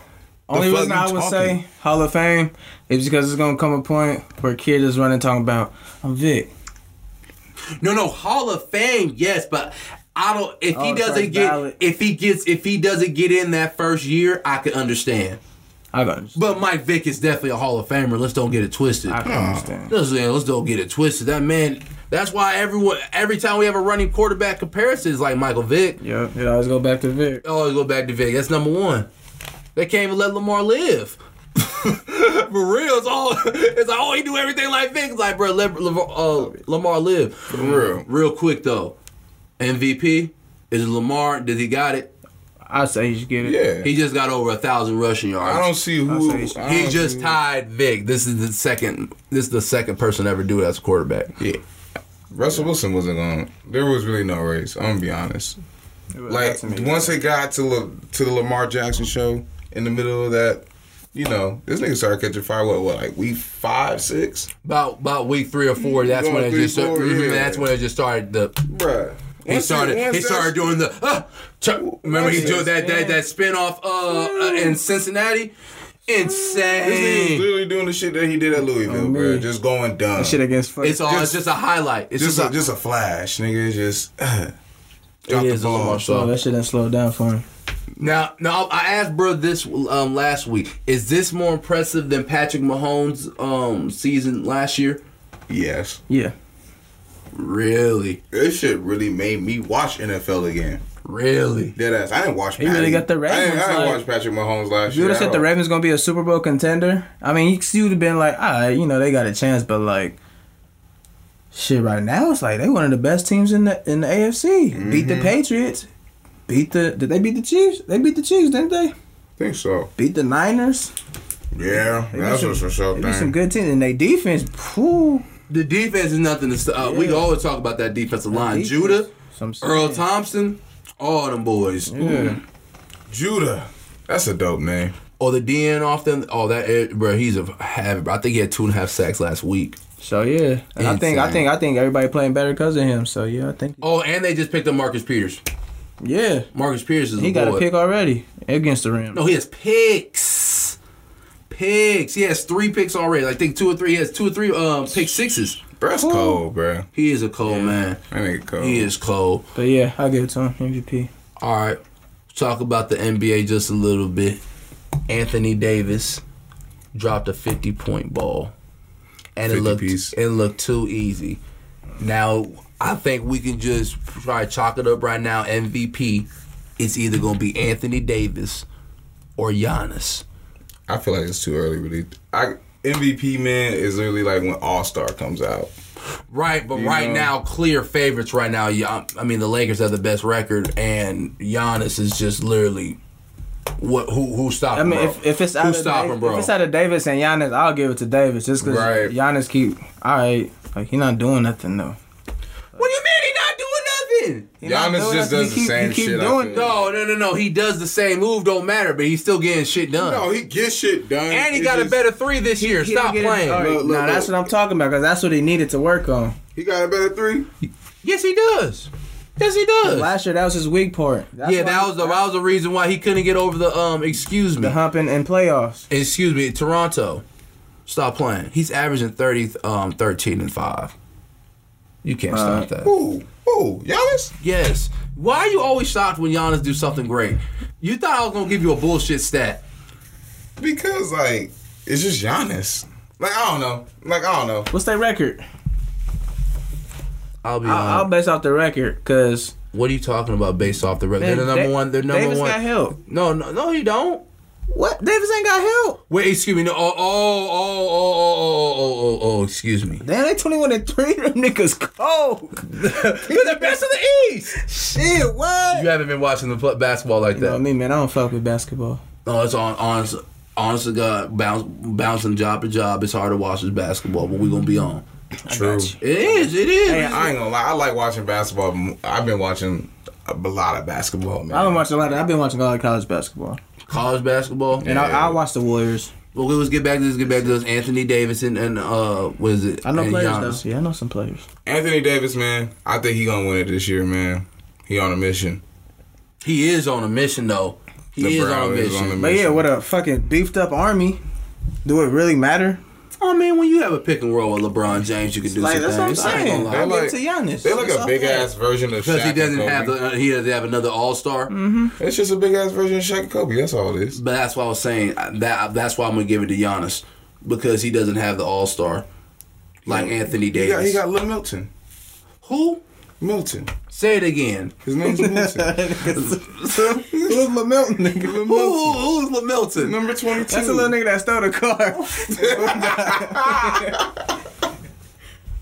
Speaker 3: Only
Speaker 2: fuck
Speaker 3: reason
Speaker 2: you
Speaker 3: I would
Speaker 2: talking?
Speaker 3: say Hall of Fame is because it's gonna come a point where kids is running talking about I'm Vic.
Speaker 1: no no Hall of Fame yes, but I don't if he
Speaker 3: Oh, sorry,
Speaker 1: doesn't get
Speaker 3: ballot.
Speaker 1: if he gets if he doesn't get in that first year I could understand.
Speaker 3: I got. understand.
Speaker 1: But Mike Vick is definitely a Hall of Famer. Let's don't get it twisted.
Speaker 3: I can understand.
Speaker 1: Let's, yeah, let's don't get it twisted. That man. That's why everyone every time we have a running quarterback comparison is like Michael Vick.
Speaker 3: Yep. It always go back to Vic.
Speaker 1: always go back to Vic. That's number one. They can't even let Lamar live. <laughs> For real, it's all it's like oh he do everything like Vic. It's like bro, let Lamar, uh, Lamar live. For
Speaker 2: real.
Speaker 1: real quick though, MVP is it Lamar. Did he got it?
Speaker 3: I say he should get it.
Speaker 2: Yeah.
Speaker 1: He just got over a thousand rushing yards.
Speaker 2: I don't see who
Speaker 3: I'll say-
Speaker 2: I
Speaker 1: he
Speaker 2: don't
Speaker 1: just
Speaker 2: see-
Speaker 1: tied Vic. This is the second. This is the second person to ever do it as a quarterback.
Speaker 2: Yeah. Russell Wilson wasn't going. There was really no race. I'm gonna be honest.
Speaker 3: It was
Speaker 2: Like
Speaker 3: up to me.
Speaker 2: once it got to La- to the Lamar Jackson show in the middle of that, you know, this nigga started catching fire. What, what like week five, six,
Speaker 1: About about week three or four. That's when it
Speaker 2: Going three,
Speaker 1: just.
Speaker 2: four,
Speaker 1: mhm,
Speaker 2: yeah.
Speaker 1: That's when it just started. The
Speaker 2: bruh.
Speaker 1: He
Speaker 2: Once
Speaker 1: started.
Speaker 2: once
Speaker 1: He
Speaker 2: that's-
Speaker 1: started doing the. Uh, ch- remember he
Speaker 2: Once
Speaker 1: did that that that spinoff uh, uh, in Cincinnati.
Speaker 2: This nigga was
Speaker 1: Insane.
Speaker 2: literally doing the shit that he did at Louisville,
Speaker 3: Oh,
Speaker 2: bruh.
Speaker 3: man.
Speaker 2: Just going dumb.
Speaker 3: shit against. Fuck.
Speaker 1: It's all. it's just a highlight. It's
Speaker 2: just
Speaker 1: just,
Speaker 2: a, just a flash, nigga. Just <clears throat> uh,
Speaker 1: a,
Speaker 2: drop
Speaker 1: it
Speaker 2: the
Speaker 1: is a
Speaker 2: ball.
Speaker 1: Lamar
Speaker 3: Oh,
Speaker 1: show.
Speaker 3: that shit didn't slow down for him.
Speaker 1: Now, now I asked bro this um, last week. Is this more impressive than Patrick Mahomes' um, season last year?
Speaker 2: Yes,
Speaker 3: Yeah.
Speaker 1: Really,
Speaker 2: this shit really made me watch NFL again.
Speaker 1: really.
Speaker 2: Dead ass. I didn't watch.
Speaker 3: He really
Speaker 2: Patty.
Speaker 3: got the
Speaker 2: I didn't, I
Speaker 3: Ravens,
Speaker 2: didn't
Speaker 3: like-
Speaker 2: watch Patrick Mahomes last
Speaker 3: If you
Speaker 2: year.
Speaker 3: would have
Speaker 2: at
Speaker 3: said the
Speaker 2: all.
Speaker 3: Ravens gonna be a Super Bowl contender, I mean, you would have been like, all right, you know, they got a chance, but like, shit, right now it's like they one of the best teams in the in the AFC. Beat
Speaker 2: Mm-hmm.
Speaker 3: the Patriots, beat the did they beat the Chiefs? They beat the Chiefs, didn't they?
Speaker 2: think so.
Speaker 3: Beat the Niners.
Speaker 2: Yeah,
Speaker 3: They
Speaker 2: that's
Speaker 3: beat
Speaker 2: what's for sure.
Speaker 3: They beat some
Speaker 2: Thing.
Speaker 3: good teams, and they defense. Phew,
Speaker 1: The defense is nothing to. st- Uh, We
Speaker 3: Yeah.
Speaker 1: always talk about that defensive line.
Speaker 3: defense.
Speaker 1: Uh, Judah,
Speaker 3: So I'm saying.
Speaker 1: Earl Thompson, all them boys.
Speaker 3: Yeah.
Speaker 2: Judah. That's a dope name.
Speaker 1: Oh, the DN off them. Oh, that eh, bro, he's a have. I think he had two and a half sacks last week.
Speaker 3: So yeah, and I think I
Speaker 1: Insane.
Speaker 3: think I think everybody playing better because of him. So yeah, I think
Speaker 1: Oh, and they just picked up Marcus Peters.
Speaker 3: yeah,
Speaker 1: Marcus Peters is
Speaker 3: he
Speaker 1: a
Speaker 3: got a
Speaker 1: boy.
Speaker 3: pick already against the Rams.
Speaker 1: No, he has picks. Picks. He has three picks already. I think two or three. He has two or three um pick sixes.
Speaker 2: Bro, that's cold, bro.
Speaker 1: He is a cold man.
Speaker 2: That nigga cold.
Speaker 1: He is cold.
Speaker 3: But yeah, I'll give it to him MVP.
Speaker 1: All right, talk about the NBA just a little bit. Anthony Davis dropped a fifty-point ball, and it
Speaker 2: 50
Speaker 1: looked
Speaker 2: piece.
Speaker 1: it looked too easy. Now I think we can just try to chalk it up right now. MVP, it's either gonna be Anthony Davis or Giannis.
Speaker 2: I feel like it's too early, really. I MVP man is literally like when All Star comes out.
Speaker 1: Right, but
Speaker 2: You
Speaker 1: right
Speaker 2: know.
Speaker 1: now, clear favorites right now. Gian- I mean, the Lakers have the best record, and Giannis is just literally what who who stopped?
Speaker 3: I mean,
Speaker 1: bro?
Speaker 3: if, if it's out
Speaker 1: who
Speaker 3: of
Speaker 1: stopped him,
Speaker 3: Davis,
Speaker 1: bro?
Speaker 3: if it's out of Davis and Giannis, I'll give it to Davis just because
Speaker 2: Right.
Speaker 3: Giannis keep all right. Like he not doing nothing though.
Speaker 1: What do you mean he not doing nothing?
Speaker 3: He not
Speaker 2: Giannis just
Speaker 3: doing nothing.
Speaker 2: does the same
Speaker 3: he keep
Speaker 2: shit, I
Speaker 3: Doing,
Speaker 2: feel.
Speaker 1: No, no, no, no. He does the same move, don't matter, but he's still getting shit done.
Speaker 2: No, he gets shit done.
Speaker 1: and he
Speaker 2: It
Speaker 1: got a
Speaker 2: just-
Speaker 1: better three this year.
Speaker 3: He
Speaker 1: Stop
Speaker 3: don't get it-
Speaker 1: playing.
Speaker 3: all right,
Speaker 2: Look, look,
Speaker 3: nah, that's
Speaker 2: look.
Speaker 3: what I'm talking about because that's what he needed to work on.
Speaker 2: He got a better three.
Speaker 1: Yes, he does. Yes, he does.
Speaker 3: Last year that was his weak part. That's
Speaker 1: yeah,
Speaker 3: why
Speaker 1: that
Speaker 3: he- Uh-huh.
Speaker 1: was the that was the reason why he couldn't get over the um. Excuse me.
Speaker 3: the humping in playoffs.
Speaker 1: Excuse me. Toronto, stop playing. He's averaging thirty um thirteen and five. You can't stop that.
Speaker 2: Ooh, ooh, Giannis.
Speaker 1: Yes. Why are you always shocked when Giannis do something great? You thought I was gonna give you a bullshit stat.
Speaker 2: Because like it's just Giannis. Like I don't know. Like I don't know.
Speaker 3: What's their record?
Speaker 1: I'll be
Speaker 3: I'll, I'll
Speaker 1: honest.
Speaker 3: base off the record because
Speaker 1: What are you talking about based off the record? They're the number one. They're number
Speaker 3: Davis
Speaker 1: one.
Speaker 3: got help.
Speaker 1: No, no, no, you don't.
Speaker 3: What? Davis ain't got help.
Speaker 1: Wait, excuse me. No, oh, oh, oh, oh, oh, oh, oh, oh, oh, excuse
Speaker 3: <laughs>
Speaker 1: me.
Speaker 3: Damn, they twenty one and three. <laughs> Them niggas cold. They're the best of the East. Shit, what?
Speaker 1: You haven't been watching the pl- basketball like
Speaker 3: You know
Speaker 1: that.
Speaker 3: me, man. I don't fuck with basketball.
Speaker 1: No, it's on honest, honest to God, bounce, bouncing job to job. It's hard to watch this basketball, but we gonna be on.
Speaker 2: True.
Speaker 1: It is. It is.
Speaker 2: Hey, I ain't gonna lie. I like watching basketball. m- I've been watching a b- lot of basketball, man.
Speaker 3: I don't watch a lot. Of, I've been watching a lot of college basketball,
Speaker 1: College basketball.
Speaker 3: and I, I watch the Warriors.
Speaker 1: Well, let's get back to this. Get back to this. Anthony Davidson and uh, what is it?
Speaker 3: I know
Speaker 1: and
Speaker 3: players
Speaker 1: Giannis.
Speaker 3: though. Yeah, I know some players.
Speaker 2: Anthony Davis, man. I think he gonna win it this year, man. He on a mission.
Speaker 1: He is on a mission though. He
Speaker 2: The
Speaker 1: is on a
Speaker 2: Brown is
Speaker 1: mission.
Speaker 2: on a
Speaker 3: But yeah, what a fucking beefed up army. Do it really matter?
Speaker 1: I mean, when you have a pick and roll with LeBron James, you can do
Speaker 3: Like
Speaker 1: some
Speaker 3: that's what I'm
Speaker 1: things. I ain't
Speaker 3: saying.
Speaker 1: gonna
Speaker 3: I
Speaker 1: lie.
Speaker 2: They're
Speaker 3: give it
Speaker 2: like-
Speaker 3: to Giannis.
Speaker 2: They're like
Speaker 3: It's
Speaker 2: a
Speaker 3: all
Speaker 2: big
Speaker 3: that.
Speaker 2: ass version of Shaq.
Speaker 1: Because he doesn't
Speaker 2: and
Speaker 1: have
Speaker 2: Kobe.
Speaker 1: the, he doesn't have another All Star.
Speaker 2: It's just a big ass version of Shaq and Kobe. That's all it is.
Speaker 1: But that's why I was saying I- that. That's why I'm gonna give it to Giannis because he doesn't have the All Star like Anthony
Speaker 2: He got,
Speaker 1: Davis.
Speaker 2: he got Lil Milton.
Speaker 1: Who?
Speaker 2: Milton.
Speaker 1: Say it again.
Speaker 2: His
Speaker 1: <laughs>
Speaker 2: name's
Speaker 3: <laughs>
Speaker 2: Milton.
Speaker 3: Who's LaMilton, nigga?
Speaker 2: Lil
Speaker 1: Who?
Speaker 2: Milton.
Speaker 1: Who's LaMilton?
Speaker 2: Number 22.
Speaker 3: That's a little nigga that stole the car.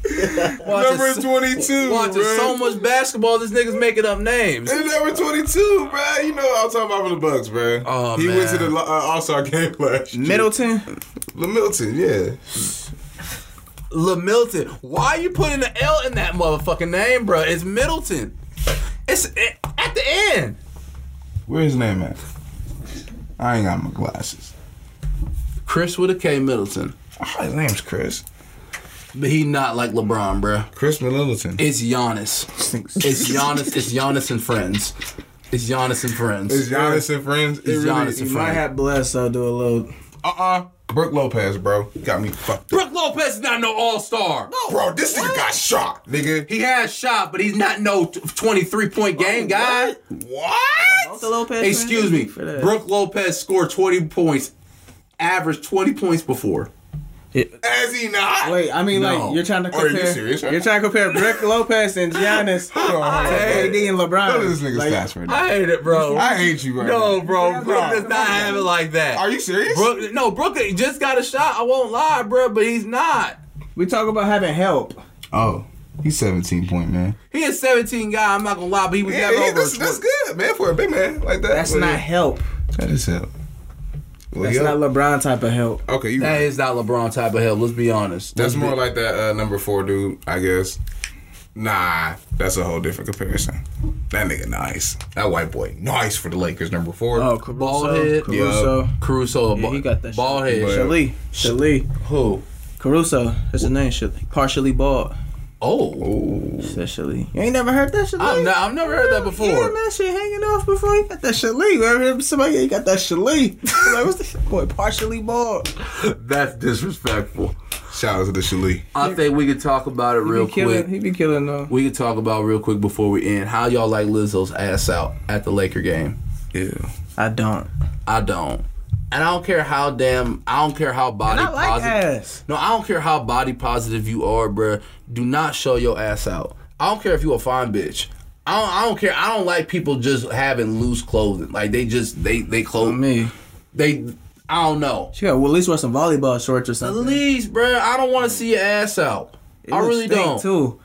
Speaker 2: Number
Speaker 1: Watching,
Speaker 2: 22.
Speaker 1: watching
Speaker 2: bruh.
Speaker 1: so much basketball, this nigga's making up names.
Speaker 2: And number 22, bro. You know what I'm talking about for the Bucks, bro.
Speaker 1: Oh,
Speaker 2: he went
Speaker 1: man.
Speaker 2: to the uh, All Star game <laughs> last year.
Speaker 3: Middleton.
Speaker 2: Lil Milton, yeah.
Speaker 1: LaMilton. Why you putting the L in that motherfucking name, bro? It's Middleton. It's it, at the end.
Speaker 2: Where his name at? I ain't got my glasses.
Speaker 1: Chris with a K Middleton.
Speaker 2: Oh, his name's Chris.
Speaker 1: But he not like LeBron, bro.
Speaker 2: Chris Middleton.
Speaker 1: It's Giannis. <laughs> It's Giannis. It's Giannis and friends. It's Giannis and friends.
Speaker 2: It's Giannis and friends.
Speaker 1: It's
Speaker 2: It really-
Speaker 1: Giannis and
Speaker 3: You might
Speaker 1: friends.
Speaker 3: have blessed. I'll do a little.
Speaker 2: Uh-uh. Brooke Lopez, bro. Got me fucked up.
Speaker 1: Brooke Lopez is not no All Star.
Speaker 2: Oh, Bro, this nigga got shot, nigga.
Speaker 1: He has shot, but he's not no t- 23 point game guy.
Speaker 2: What?
Speaker 3: The Lopez.
Speaker 1: Excuse me.
Speaker 3: For that.
Speaker 1: Brooke Lopez scored 20 points, averaged 20 points before.
Speaker 2: Has he not?
Speaker 3: Wait, I mean,
Speaker 1: No.
Speaker 3: like you're trying to
Speaker 2: Are you
Speaker 3: compare.
Speaker 2: serious right
Speaker 3: are
Speaker 2: now?
Speaker 3: trying to compare Brooke
Speaker 2: <laughs>
Speaker 3: Lopez and Giannis,
Speaker 2: Hold on, hold on, bro.
Speaker 3: KD and LeBron.
Speaker 2: Look at this nigga's
Speaker 3: Like,
Speaker 2: stats right now.
Speaker 1: I hate it, bro.
Speaker 2: I hate you right
Speaker 1: No,
Speaker 2: now.
Speaker 1: bro,
Speaker 3: Yeah,
Speaker 1: Brooke
Speaker 3: bro.
Speaker 1: does not have it like that.
Speaker 2: Are you serious?
Speaker 1: Brooke, no, Brooke just got a shot. I won't lie, bro, but he's not.
Speaker 3: We talk about having help.
Speaker 2: Oh, he's 17 point man.
Speaker 1: He is 17 guy. I'm not gonna lie, but he was
Speaker 2: Yeah,
Speaker 1: never
Speaker 2: he-
Speaker 1: over.
Speaker 2: that's, that's good, man, for a big man like that.
Speaker 3: That's
Speaker 2: Well,
Speaker 3: not help.
Speaker 2: That is help. Well,
Speaker 3: That's
Speaker 2: yeah.
Speaker 3: not LeBron type of help.
Speaker 2: okay, you.
Speaker 1: That
Speaker 2: right.
Speaker 1: is not LeBron type of help. Let's be honest.
Speaker 2: That's
Speaker 1: Let's
Speaker 2: more
Speaker 1: be-
Speaker 2: like that uh, number four dude, I guess. Nah, that's a whole different comparison. That nigga nice. That white boy nice for the Lakers, number four.
Speaker 3: Oh, Caruso.
Speaker 1: Bald head.
Speaker 3: Caruso.
Speaker 1: Caruso.
Speaker 3: Yeah, he got that
Speaker 1: bald head.
Speaker 2: But-
Speaker 3: Shalee. Shalee.
Speaker 1: Who?
Speaker 3: Caruso. That's the name. Shalee. Partially bald.
Speaker 1: Oh,
Speaker 2: Ooh.
Speaker 3: That's Shalee. You ain't never heard that Shalee?
Speaker 1: I've, not, I've never heard that before.
Speaker 3: Yeah, man, shit hanging off before you got that Shalee. Wherever somebody you got that Shalee. <laughs> like, what's the boy? Partially bald.
Speaker 1: That's disrespectful.
Speaker 2: Shout out to the Shalee.
Speaker 1: I think we could talk about it real
Speaker 3: he be killing-
Speaker 1: quick.
Speaker 3: He be killing though.
Speaker 1: We could talk about real quick before we end how y'all like Lizzo's ass out at the Laker game.
Speaker 2: Yeah.
Speaker 3: I don't.
Speaker 1: I don't. And I don't care how damn I don't care how body
Speaker 3: I like
Speaker 1: positive.
Speaker 3: ass.
Speaker 1: No, I don't care how body positive you are, bruh. Do not show your ass out. I don't care if you a fine bitch. I don't, I don't care. I don't like people just having loose clothing. Like they just they they
Speaker 3: For
Speaker 1: clothes
Speaker 3: me,
Speaker 1: they I don't know.
Speaker 3: she got well, at least wear some volleyball shorts or something.
Speaker 1: Please, bruh. I don't want to see your ass out.
Speaker 3: It
Speaker 1: I
Speaker 3: would
Speaker 1: really
Speaker 3: stink,
Speaker 1: don't.
Speaker 3: Too.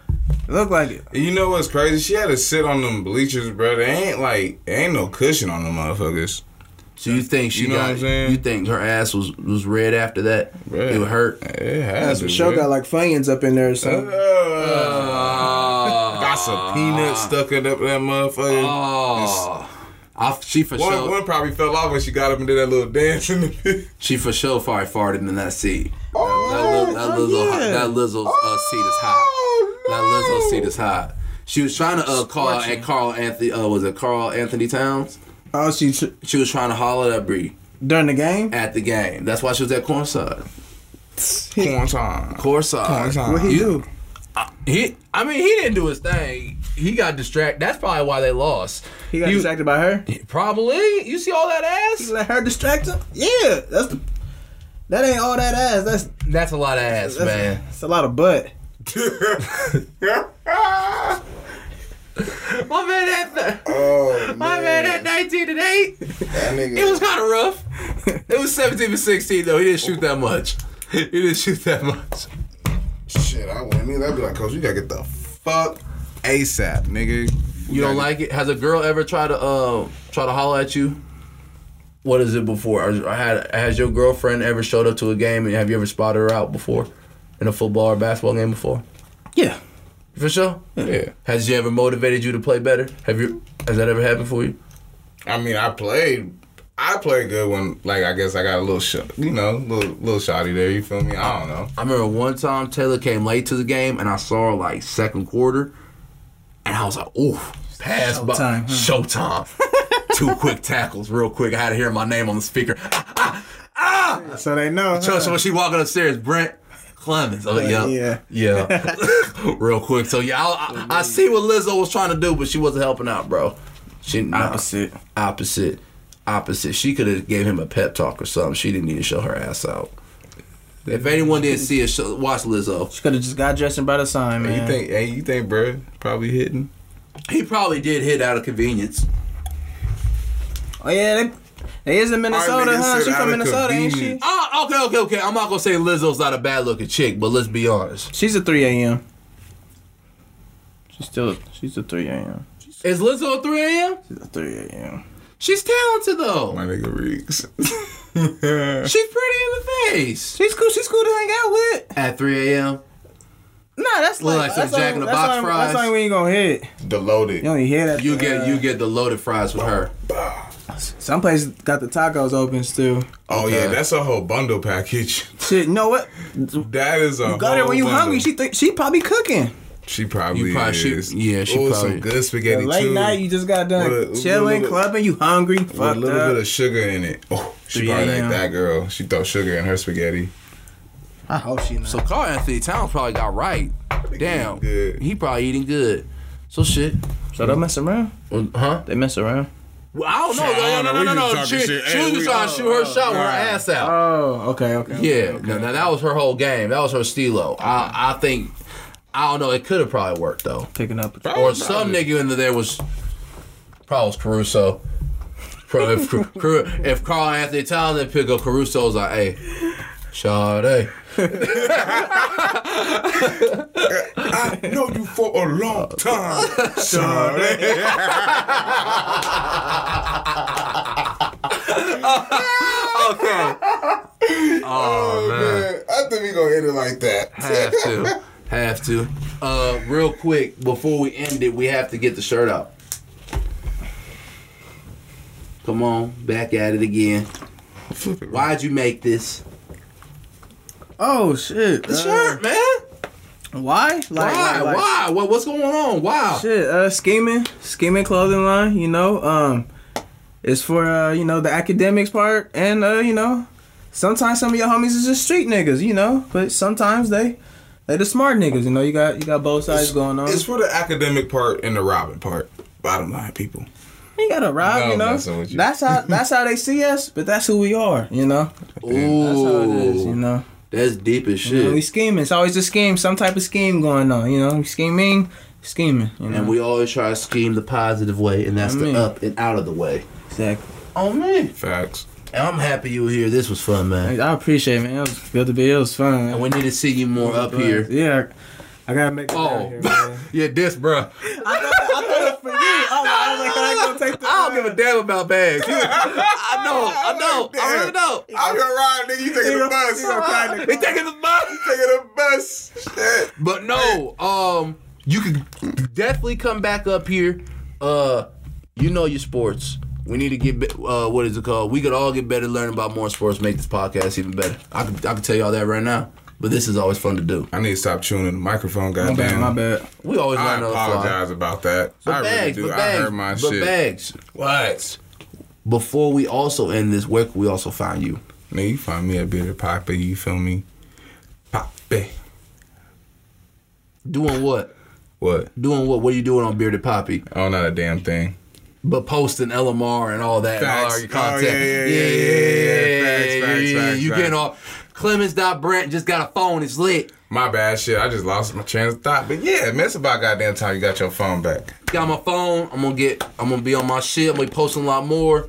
Speaker 3: It look like it.
Speaker 2: And you know what's crazy? She had to sit on them bleachers, bro. They ain't like, there ain't no cushion on them motherfuckers.
Speaker 1: So you think she
Speaker 2: You know
Speaker 1: got?
Speaker 2: what I'm saying?
Speaker 1: You think her ass was was red after that?
Speaker 2: Red.
Speaker 1: It would hurt.
Speaker 2: It has to.
Speaker 3: Show
Speaker 2: bruh.
Speaker 3: got like fans up in there or something.
Speaker 2: Uh,
Speaker 1: Uh,
Speaker 2: got some peanuts stuck in up that motherfucker.
Speaker 1: Oh, I, she for
Speaker 2: One,
Speaker 1: sure.
Speaker 2: one probably fell off when she got up and did that little dance in the pit.
Speaker 1: She for sure probably farted in that seat.
Speaker 2: Oh,
Speaker 1: that, that,
Speaker 3: oh,
Speaker 1: Lizzo,
Speaker 3: yeah. Oh,
Speaker 1: that Lizzo's uh, seat is hot. That Lizzo seat is hot. She was trying to uh, call
Speaker 3: Scorching.
Speaker 1: at Carl Anthony. Uh, was it Carl Anthony Towns?
Speaker 3: Oh, she tr-
Speaker 1: She was trying to holler at Bree
Speaker 3: during the game.
Speaker 1: at the game. That's why she was at courtside.
Speaker 2: Corn time. <laughs>
Speaker 1: Courtside.
Speaker 2: Corn time.
Speaker 3: What he
Speaker 1: You-
Speaker 3: do?
Speaker 1: He, I mean, he didn't do his thing. He got distracted. That's probably why they lost.
Speaker 3: He got
Speaker 1: You-
Speaker 3: distracted by her.
Speaker 1: Probably. You see all that
Speaker 3: He
Speaker 1: ass?
Speaker 3: let her distract him. Yeah, that's the. That ain't all that ass. That's
Speaker 1: That's a lot of ass,
Speaker 3: that's,
Speaker 1: man.
Speaker 3: that's a lot of butt.
Speaker 1: My man had th-
Speaker 2: oh man,
Speaker 1: my man had 19 and 8.
Speaker 2: that nigga.
Speaker 1: It was kind of rough. It was 17 to 16 though. He didn't shoot that much. He didn't shoot that much.
Speaker 2: shit. I wouldn't either. I'd be like, Coach, you gotta get the fuck ASAP, nigga.
Speaker 1: You don't like it? Has a girl ever tried to uh try to holler at you? What is it before? Or or had has your girlfriend ever showed up to a game and have you ever spotted her out before in a football or basketball game before?
Speaker 3: Yeah.
Speaker 1: For sure. Yeah. Has she ever motivated you to play better? Have you? Has that ever happened for you?
Speaker 2: I mean, I played. I played good when, like, I guess I got a little, sh- you know, little little shoddy there. You feel me? I don't know.
Speaker 1: I remember one time Taylor came late to the game and I saw her like second quarter, and I was like, "Oof, pass by,
Speaker 3: Showtime, huh?
Speaker 1: showtime, <laughs> two quick tackles, real quick." I had to hear my name on the speaker. Ah, ah, ah!
Speaker 3: So they know.
Speaker 1: So, so when she walking upstairs, Brent Clemens. I'm like,
Speaker 3: Yeah,
Speaker 1: yeah, yeah, <laughs> real quick. So yeah, I, I, I see what Lizzo was trying to do, but she wasn't helping out, bro. She nah.
Speaker 3: Opposite.
Speaker 1: opposite, opposite. She could have gave him a pep talk or something. She didn't need to show her ass out. If anyone didn't see it, show, watch Lizzo.
Speaker 3: She could have just got dressed and brought a sign, man.
Speaker 2: You think? Hey, you think, bro? Probably hitting.
Speaker 1: He probably did hit out of convenience.
Speaker 3: Oh yeah, they, they is in Minnesota,
Speaker 2: nigga,
Speaker 3: huh?
Speaker 2: said
Speaker 3: She
Speaker 2: out
Speaker 3: from
Speaker 2: of
Speaker 3: Minnesota, ain't she?
Speaker 2: convenience.
Speaker 1: Ah, okay, okay, okay. I'm not gonna say Lizzo's not a bad looking chick, but let's be honest.
Speaker 3: She's a 3 a.m. She's still. She's a 3 a.m.
Speaker 1: Is Lizzo a 3 a.m.?
Speaker 3: She's a 3 a.m.
Speaker 1: She's talented though.
Speaker 2: My nigga Riggs.
Speaker 1: She's pretty in the face.
Speaker 3: She's cool. She's cool to hang out with.
Speaker 1: At 3 a.m.
Speaker 3: Nah, that's
Speaker 1: Look
Speaker 3: like,
Speaker 1: like some
Speaker 3: that's
Speaker 1: Jack in
Speaker 3: only-
Speaker 1: the
Speaker 3: that's
Speaker 1: Box
Speaker 3: only-
Speaker 1: fries.
Speaker 3: That's only when you gonna hit.
Speaker 2: <laughs> the loaded.
Speaker 3: You only hit that. uh,
Speaker 1: You get you get the loaded fries with her.
Speaker 3: Some places got the tacos open still.
Speaker 2: Oh yeah,
Speaker 1: Okay.
Speaker 2: that's a whole bundle package.
Speaker 3: Shit, you know what?
Speaker 2: That is a.
Speaker 3: Got her
Speaker 2: whole
Speaker 3: when you
Speaker 2: bundle.
Speaker 3: hungry. She th- she probably cooking.
Speaker 2: She probably,
Speaker 1: You probably should-
Speaker 2: is.
Speaker 1: yeah, she
Speaker 2: Ooh,
Speaker 1: probably-
Speaker 2: some good
Speaker 3: Yeah,
Speaker 2: spaghetti
Speaker 3: late
Speaker 2: too.
Speaker 3: night, you just got done
Speaker 2: With a- with a
Speaker 3: chilling,
Speaker 2: little-
Speaker 3: clubbing. You hungry?
Speaker 2: with a
Speaker 3: Fucked
Speaker 2: little
Speaker 3: up.
Speaker 2: bit of sugar in it. Oh, she
Speaker 3: 3
Speaker 2: probably
Speaker 3: a.m..
Speaker 2: like that girl. She throw sugar in her spaghetti.
Speaker 3: I hope she. Not.
Speaker 1: So Carl Anthony Towns probably got right. Damn,
Speaker 2: good.
Speaker 1: he probably eating good. So shit,
Speaker 3: So they mess around.
Speaker 1: huh?
Speaker 3: They mess around.
Speaker 1: Well, I don't know.
Speaker 2: Shit, I
Speaker 1: No, no,
Speaker 2: don't
Speaker 1: no,
Speaker 2: know. We
Speaker 1: no, no.
Speaker 2: just talking
Speaker 1: She,
Speaker 2: shit.
Speaker 1: she
Speaker 2: Hey,
Speaker 1: was just
Speaker 2: we- Uh,
Speaker 1: trying to shoot her shot with her
Speaker 3: alright.
Speaker 1: ass out.
Speaker 3: Oh, okay, okay.
Speaker 1: yeah, no, no, that was her whole game. That was her stilo. I, I think, I don't know. It could have probably worked though.
Speaker 3: Picking up.
Speaker 1: Or some nigga in there was, probably was Caruso. Pro- If, Caru- Caru- if Carl Anthony Towns didn't pick up Caruso, was like, hey, Sade.
Speaker 2: I know you for a long <laughs> time, Shawty.
Speaker 1: Okay.
Speaker 2: Oh, man. I think we gonna end it
Speaker 1: <laughs>
Speaker 2: like that.
Speaker 1: Have to. Have to. Uh, real quick, before we end it, we have to get the shirt out. Come on, back at it again. Why'd you make this?
Speaker 3: Oh shit.
Speaker 1: The
Speaker 3: uh,
Speaker 1: shirt, man.
Speaker 3: Why?
Speaker 1: Why?
Speaker 3: Like, like- like-
Speaker 1: Why? What, what's going on? Why?
Speaker 3: Shit. Uh, scheming, scheming clothing line. You know, um, it's for uh, you know, the academics part, and uh, you know, sometimes some of your homies is just street niggas, you know, but sometimes they, they the smart niggas. You know, you got you got both sides going on.
Speaker 2: It's for the academic part and the Robin part. Bottom line, people.
Speaker 3: You gotta rob,
Speaker 2: No,
Speaker 3: you know.
Speaker 2: messing with you.
Speaker 3: That's how that's how they see us, but that's who we are, you know. That's how it is, you
Speaker 1: Ooh,
Speaker 3: know.
Speaker 1: that's deep as
Speaker 3: You know, we
Speaker 1: shit.
Speaker 3: scheming. It's always a scheme, some type of scheme going on, you know. We scheming, scheming, you know.
Speaker 1: And we always try to scheme the positive way, and that's
Speaker 3: I mean-
Speaker 1: the up and out of the way.
Speaker 3: exactly.
Speaker 1: Oh man,
Speaker 2: Facts.
Speaker 1: I'm happy you were here. This was fun, man.
Speaker 3: I appreciate it, man. It was good to be. It was fun. Man.
Speaker 1: And we need to see you more up here.
Speaker 3: Yeah. I gotta make it out
Speaker 1: Oh, <laughs>
Speaker 3: here, man.
Speaker 1: yeah, this, bruh.
Speaker 3: I thought, I thought it for you. I was, I was like, I ain't gonna take the uh,
Speaker 1: I don't give a damn about bags. You- I
Speaker 2: <laughs>
Speaker 1: know, I know, I really
Speaker 2: Damn.
Speaker 1: know.
Speaker 2: I'm gonna ride, nigga. You taking the bus?
Speaker 3: You gonna cry in
Speaker 2: <laughs>
Speaker 3: the
Speaker 1: They taking the bus,
Speaker 2: Taking the bus? Shit.
Speaker 1: but no. Um, you could definitely come back up here. Uh, you know your sports. We need to get be- uh, what is it called? We could all get better, learn about more sports, make this podcast even better. I could I could tell you all that right now, but this is always fun to do.
Speaker 2: I need to stop tuning the microphone,
Speaker 3: My bad,
Speaker 2: goddamn.
Speaker 3: my bad.
Speaker 1: We always
Speaker 2: I
Speaker 1: learn on the fly.
Speaker 2: apologize about that. I
Speaker 1: But
Speaker 2: really
Speaker 1: bags,
Speaker 2: do.
Speaker 1: but
Speaker 2: I
Speaker 1: bags,
Speaker 2: heard my
Speaker 1: but
Speaker 2: shit.
Speaker 1: bags.
Speaker 2: What?
Speaker 1: Before we also end this, where can we also find you?
Speaker 2: Nigga, you find me a bit of Poppy, you feel me? Poppy.
Speaker 1: Doing what?
Speaker 2: What?
Speaker 1: Doing what? What are you doing on Bearded Poppy?
Speaker 2: I don't know that damn thing.
Speaker 1: But posting LMR and all that, and all
Speaker 2: Facts.
Speaker 1: your
Speaker 2: Oh,
Speaker 1: content.
Speaker 2: yeah, yeah, yeah, yeah, yeah, yeah. Facts, facts, facts,
Speaker 1: You
Speaker 2: facts.
Speaker 1: getting all? Clemens dot Brent just got a phone. It's lit.
Speaker 2: My bad, shit. I just lost my train of thought. But yeah, man, it's about goddamn time you got your phone back.
Speaker 1: Got my phone. I'm gonna get. I'm gonna be on my shit. I'm gonna be posting a lot more.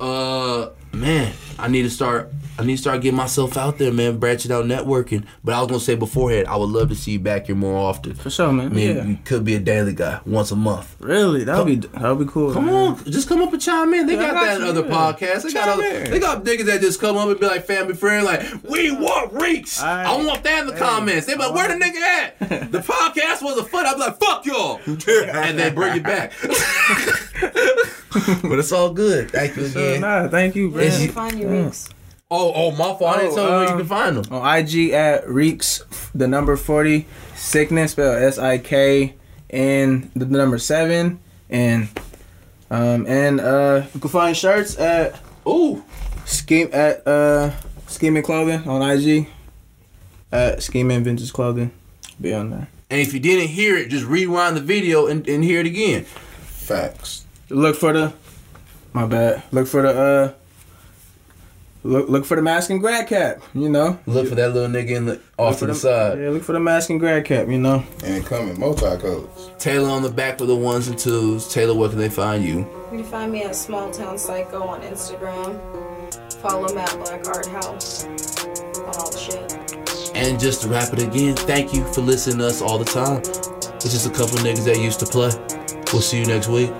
Speaker 1: Uh, man, I need to start. I need to start getting myself out there, man. Branching out, networking. But I was gonna say beforehand, I would love to see you back here more often.
Speaker 3: For sure, man.
Speaker 1: I mean,
Speaker 3: yeah.
Speaker 1: you could be a daily guy once a month.
Speaker 3: Really? That would be that would be cool.
Speaker 1: Come
Speaker 3: man.
Speaker 1: on, just come up and chime in. They
Speaker 3: Yeah, I
Speaker 1: got
Speaker 3: got
Speaker 1: that
Speaker 3: you,
Speaker 1: other
Speaker 3: yeah.
Speaker 1: podcast. They got
Speaker 3: Chime
Speaker 1: other,
Speaker 3: in.
Speaker 1: they got niggas that just come up and be like family friend, like we want reeks.
Speaker 3: Aight.
Speaker 1: I want that in the comments. They be like, where the nigga
Speaker 3: <laughs>
Speaker 1: at? the podcast was a fun. I'm like, fuck y'all, and they bring it
Speaker 3: <laughs>
Speaker 1: back. but it's all good. Thank you
Speaker 3: Sure, Nah, thank you, bro.
Speaker 1: Is you-
Speaker 4: Find your weeks.
Speaker 1: Oh, oh, my fault. I didn't
Speaker 3: Oh,
Speaker 1: tell you where you
Speaker 3: um,
Speaker 1: can find them.
Speaker 3: on IG at Reeks, the number 40, Sickness, spelled S I K, and the number 7. And um, and uh, you can find shirts at
Speaker 1: Ooh,
Speaker 3: Scheme at uh, Scheming Clothing on IG at Scheming Vintage Clothing. Be on there.
Speaker 1: and if you didn't hear it, just rewind the video and, and hear it again.
Speaker 2: Facts.
Speaker 3: Look for the my bad. Look for the uh look look for the mask and grad cap, you know.
Speaker 1: Look for that little nigga in the off to the
Speaker 3: Look for them-
Speaker 1: side.
Speaker 3: Yeah, look for the mask and grad cap, you know.
Speaker 2: And it come in multi-codes.
Speaker 1: Taylor on the back with the ones and twos. Taylor, where can they find you?
Speaker 4: You can find me at Small Town Psycho on Instagram. Follow Matt Black Art House on all the shit.
Speaker 1: And just to wrap it again, thank you for listening to us all the time. It's just a couple niggas that used to play. We'll see you next week.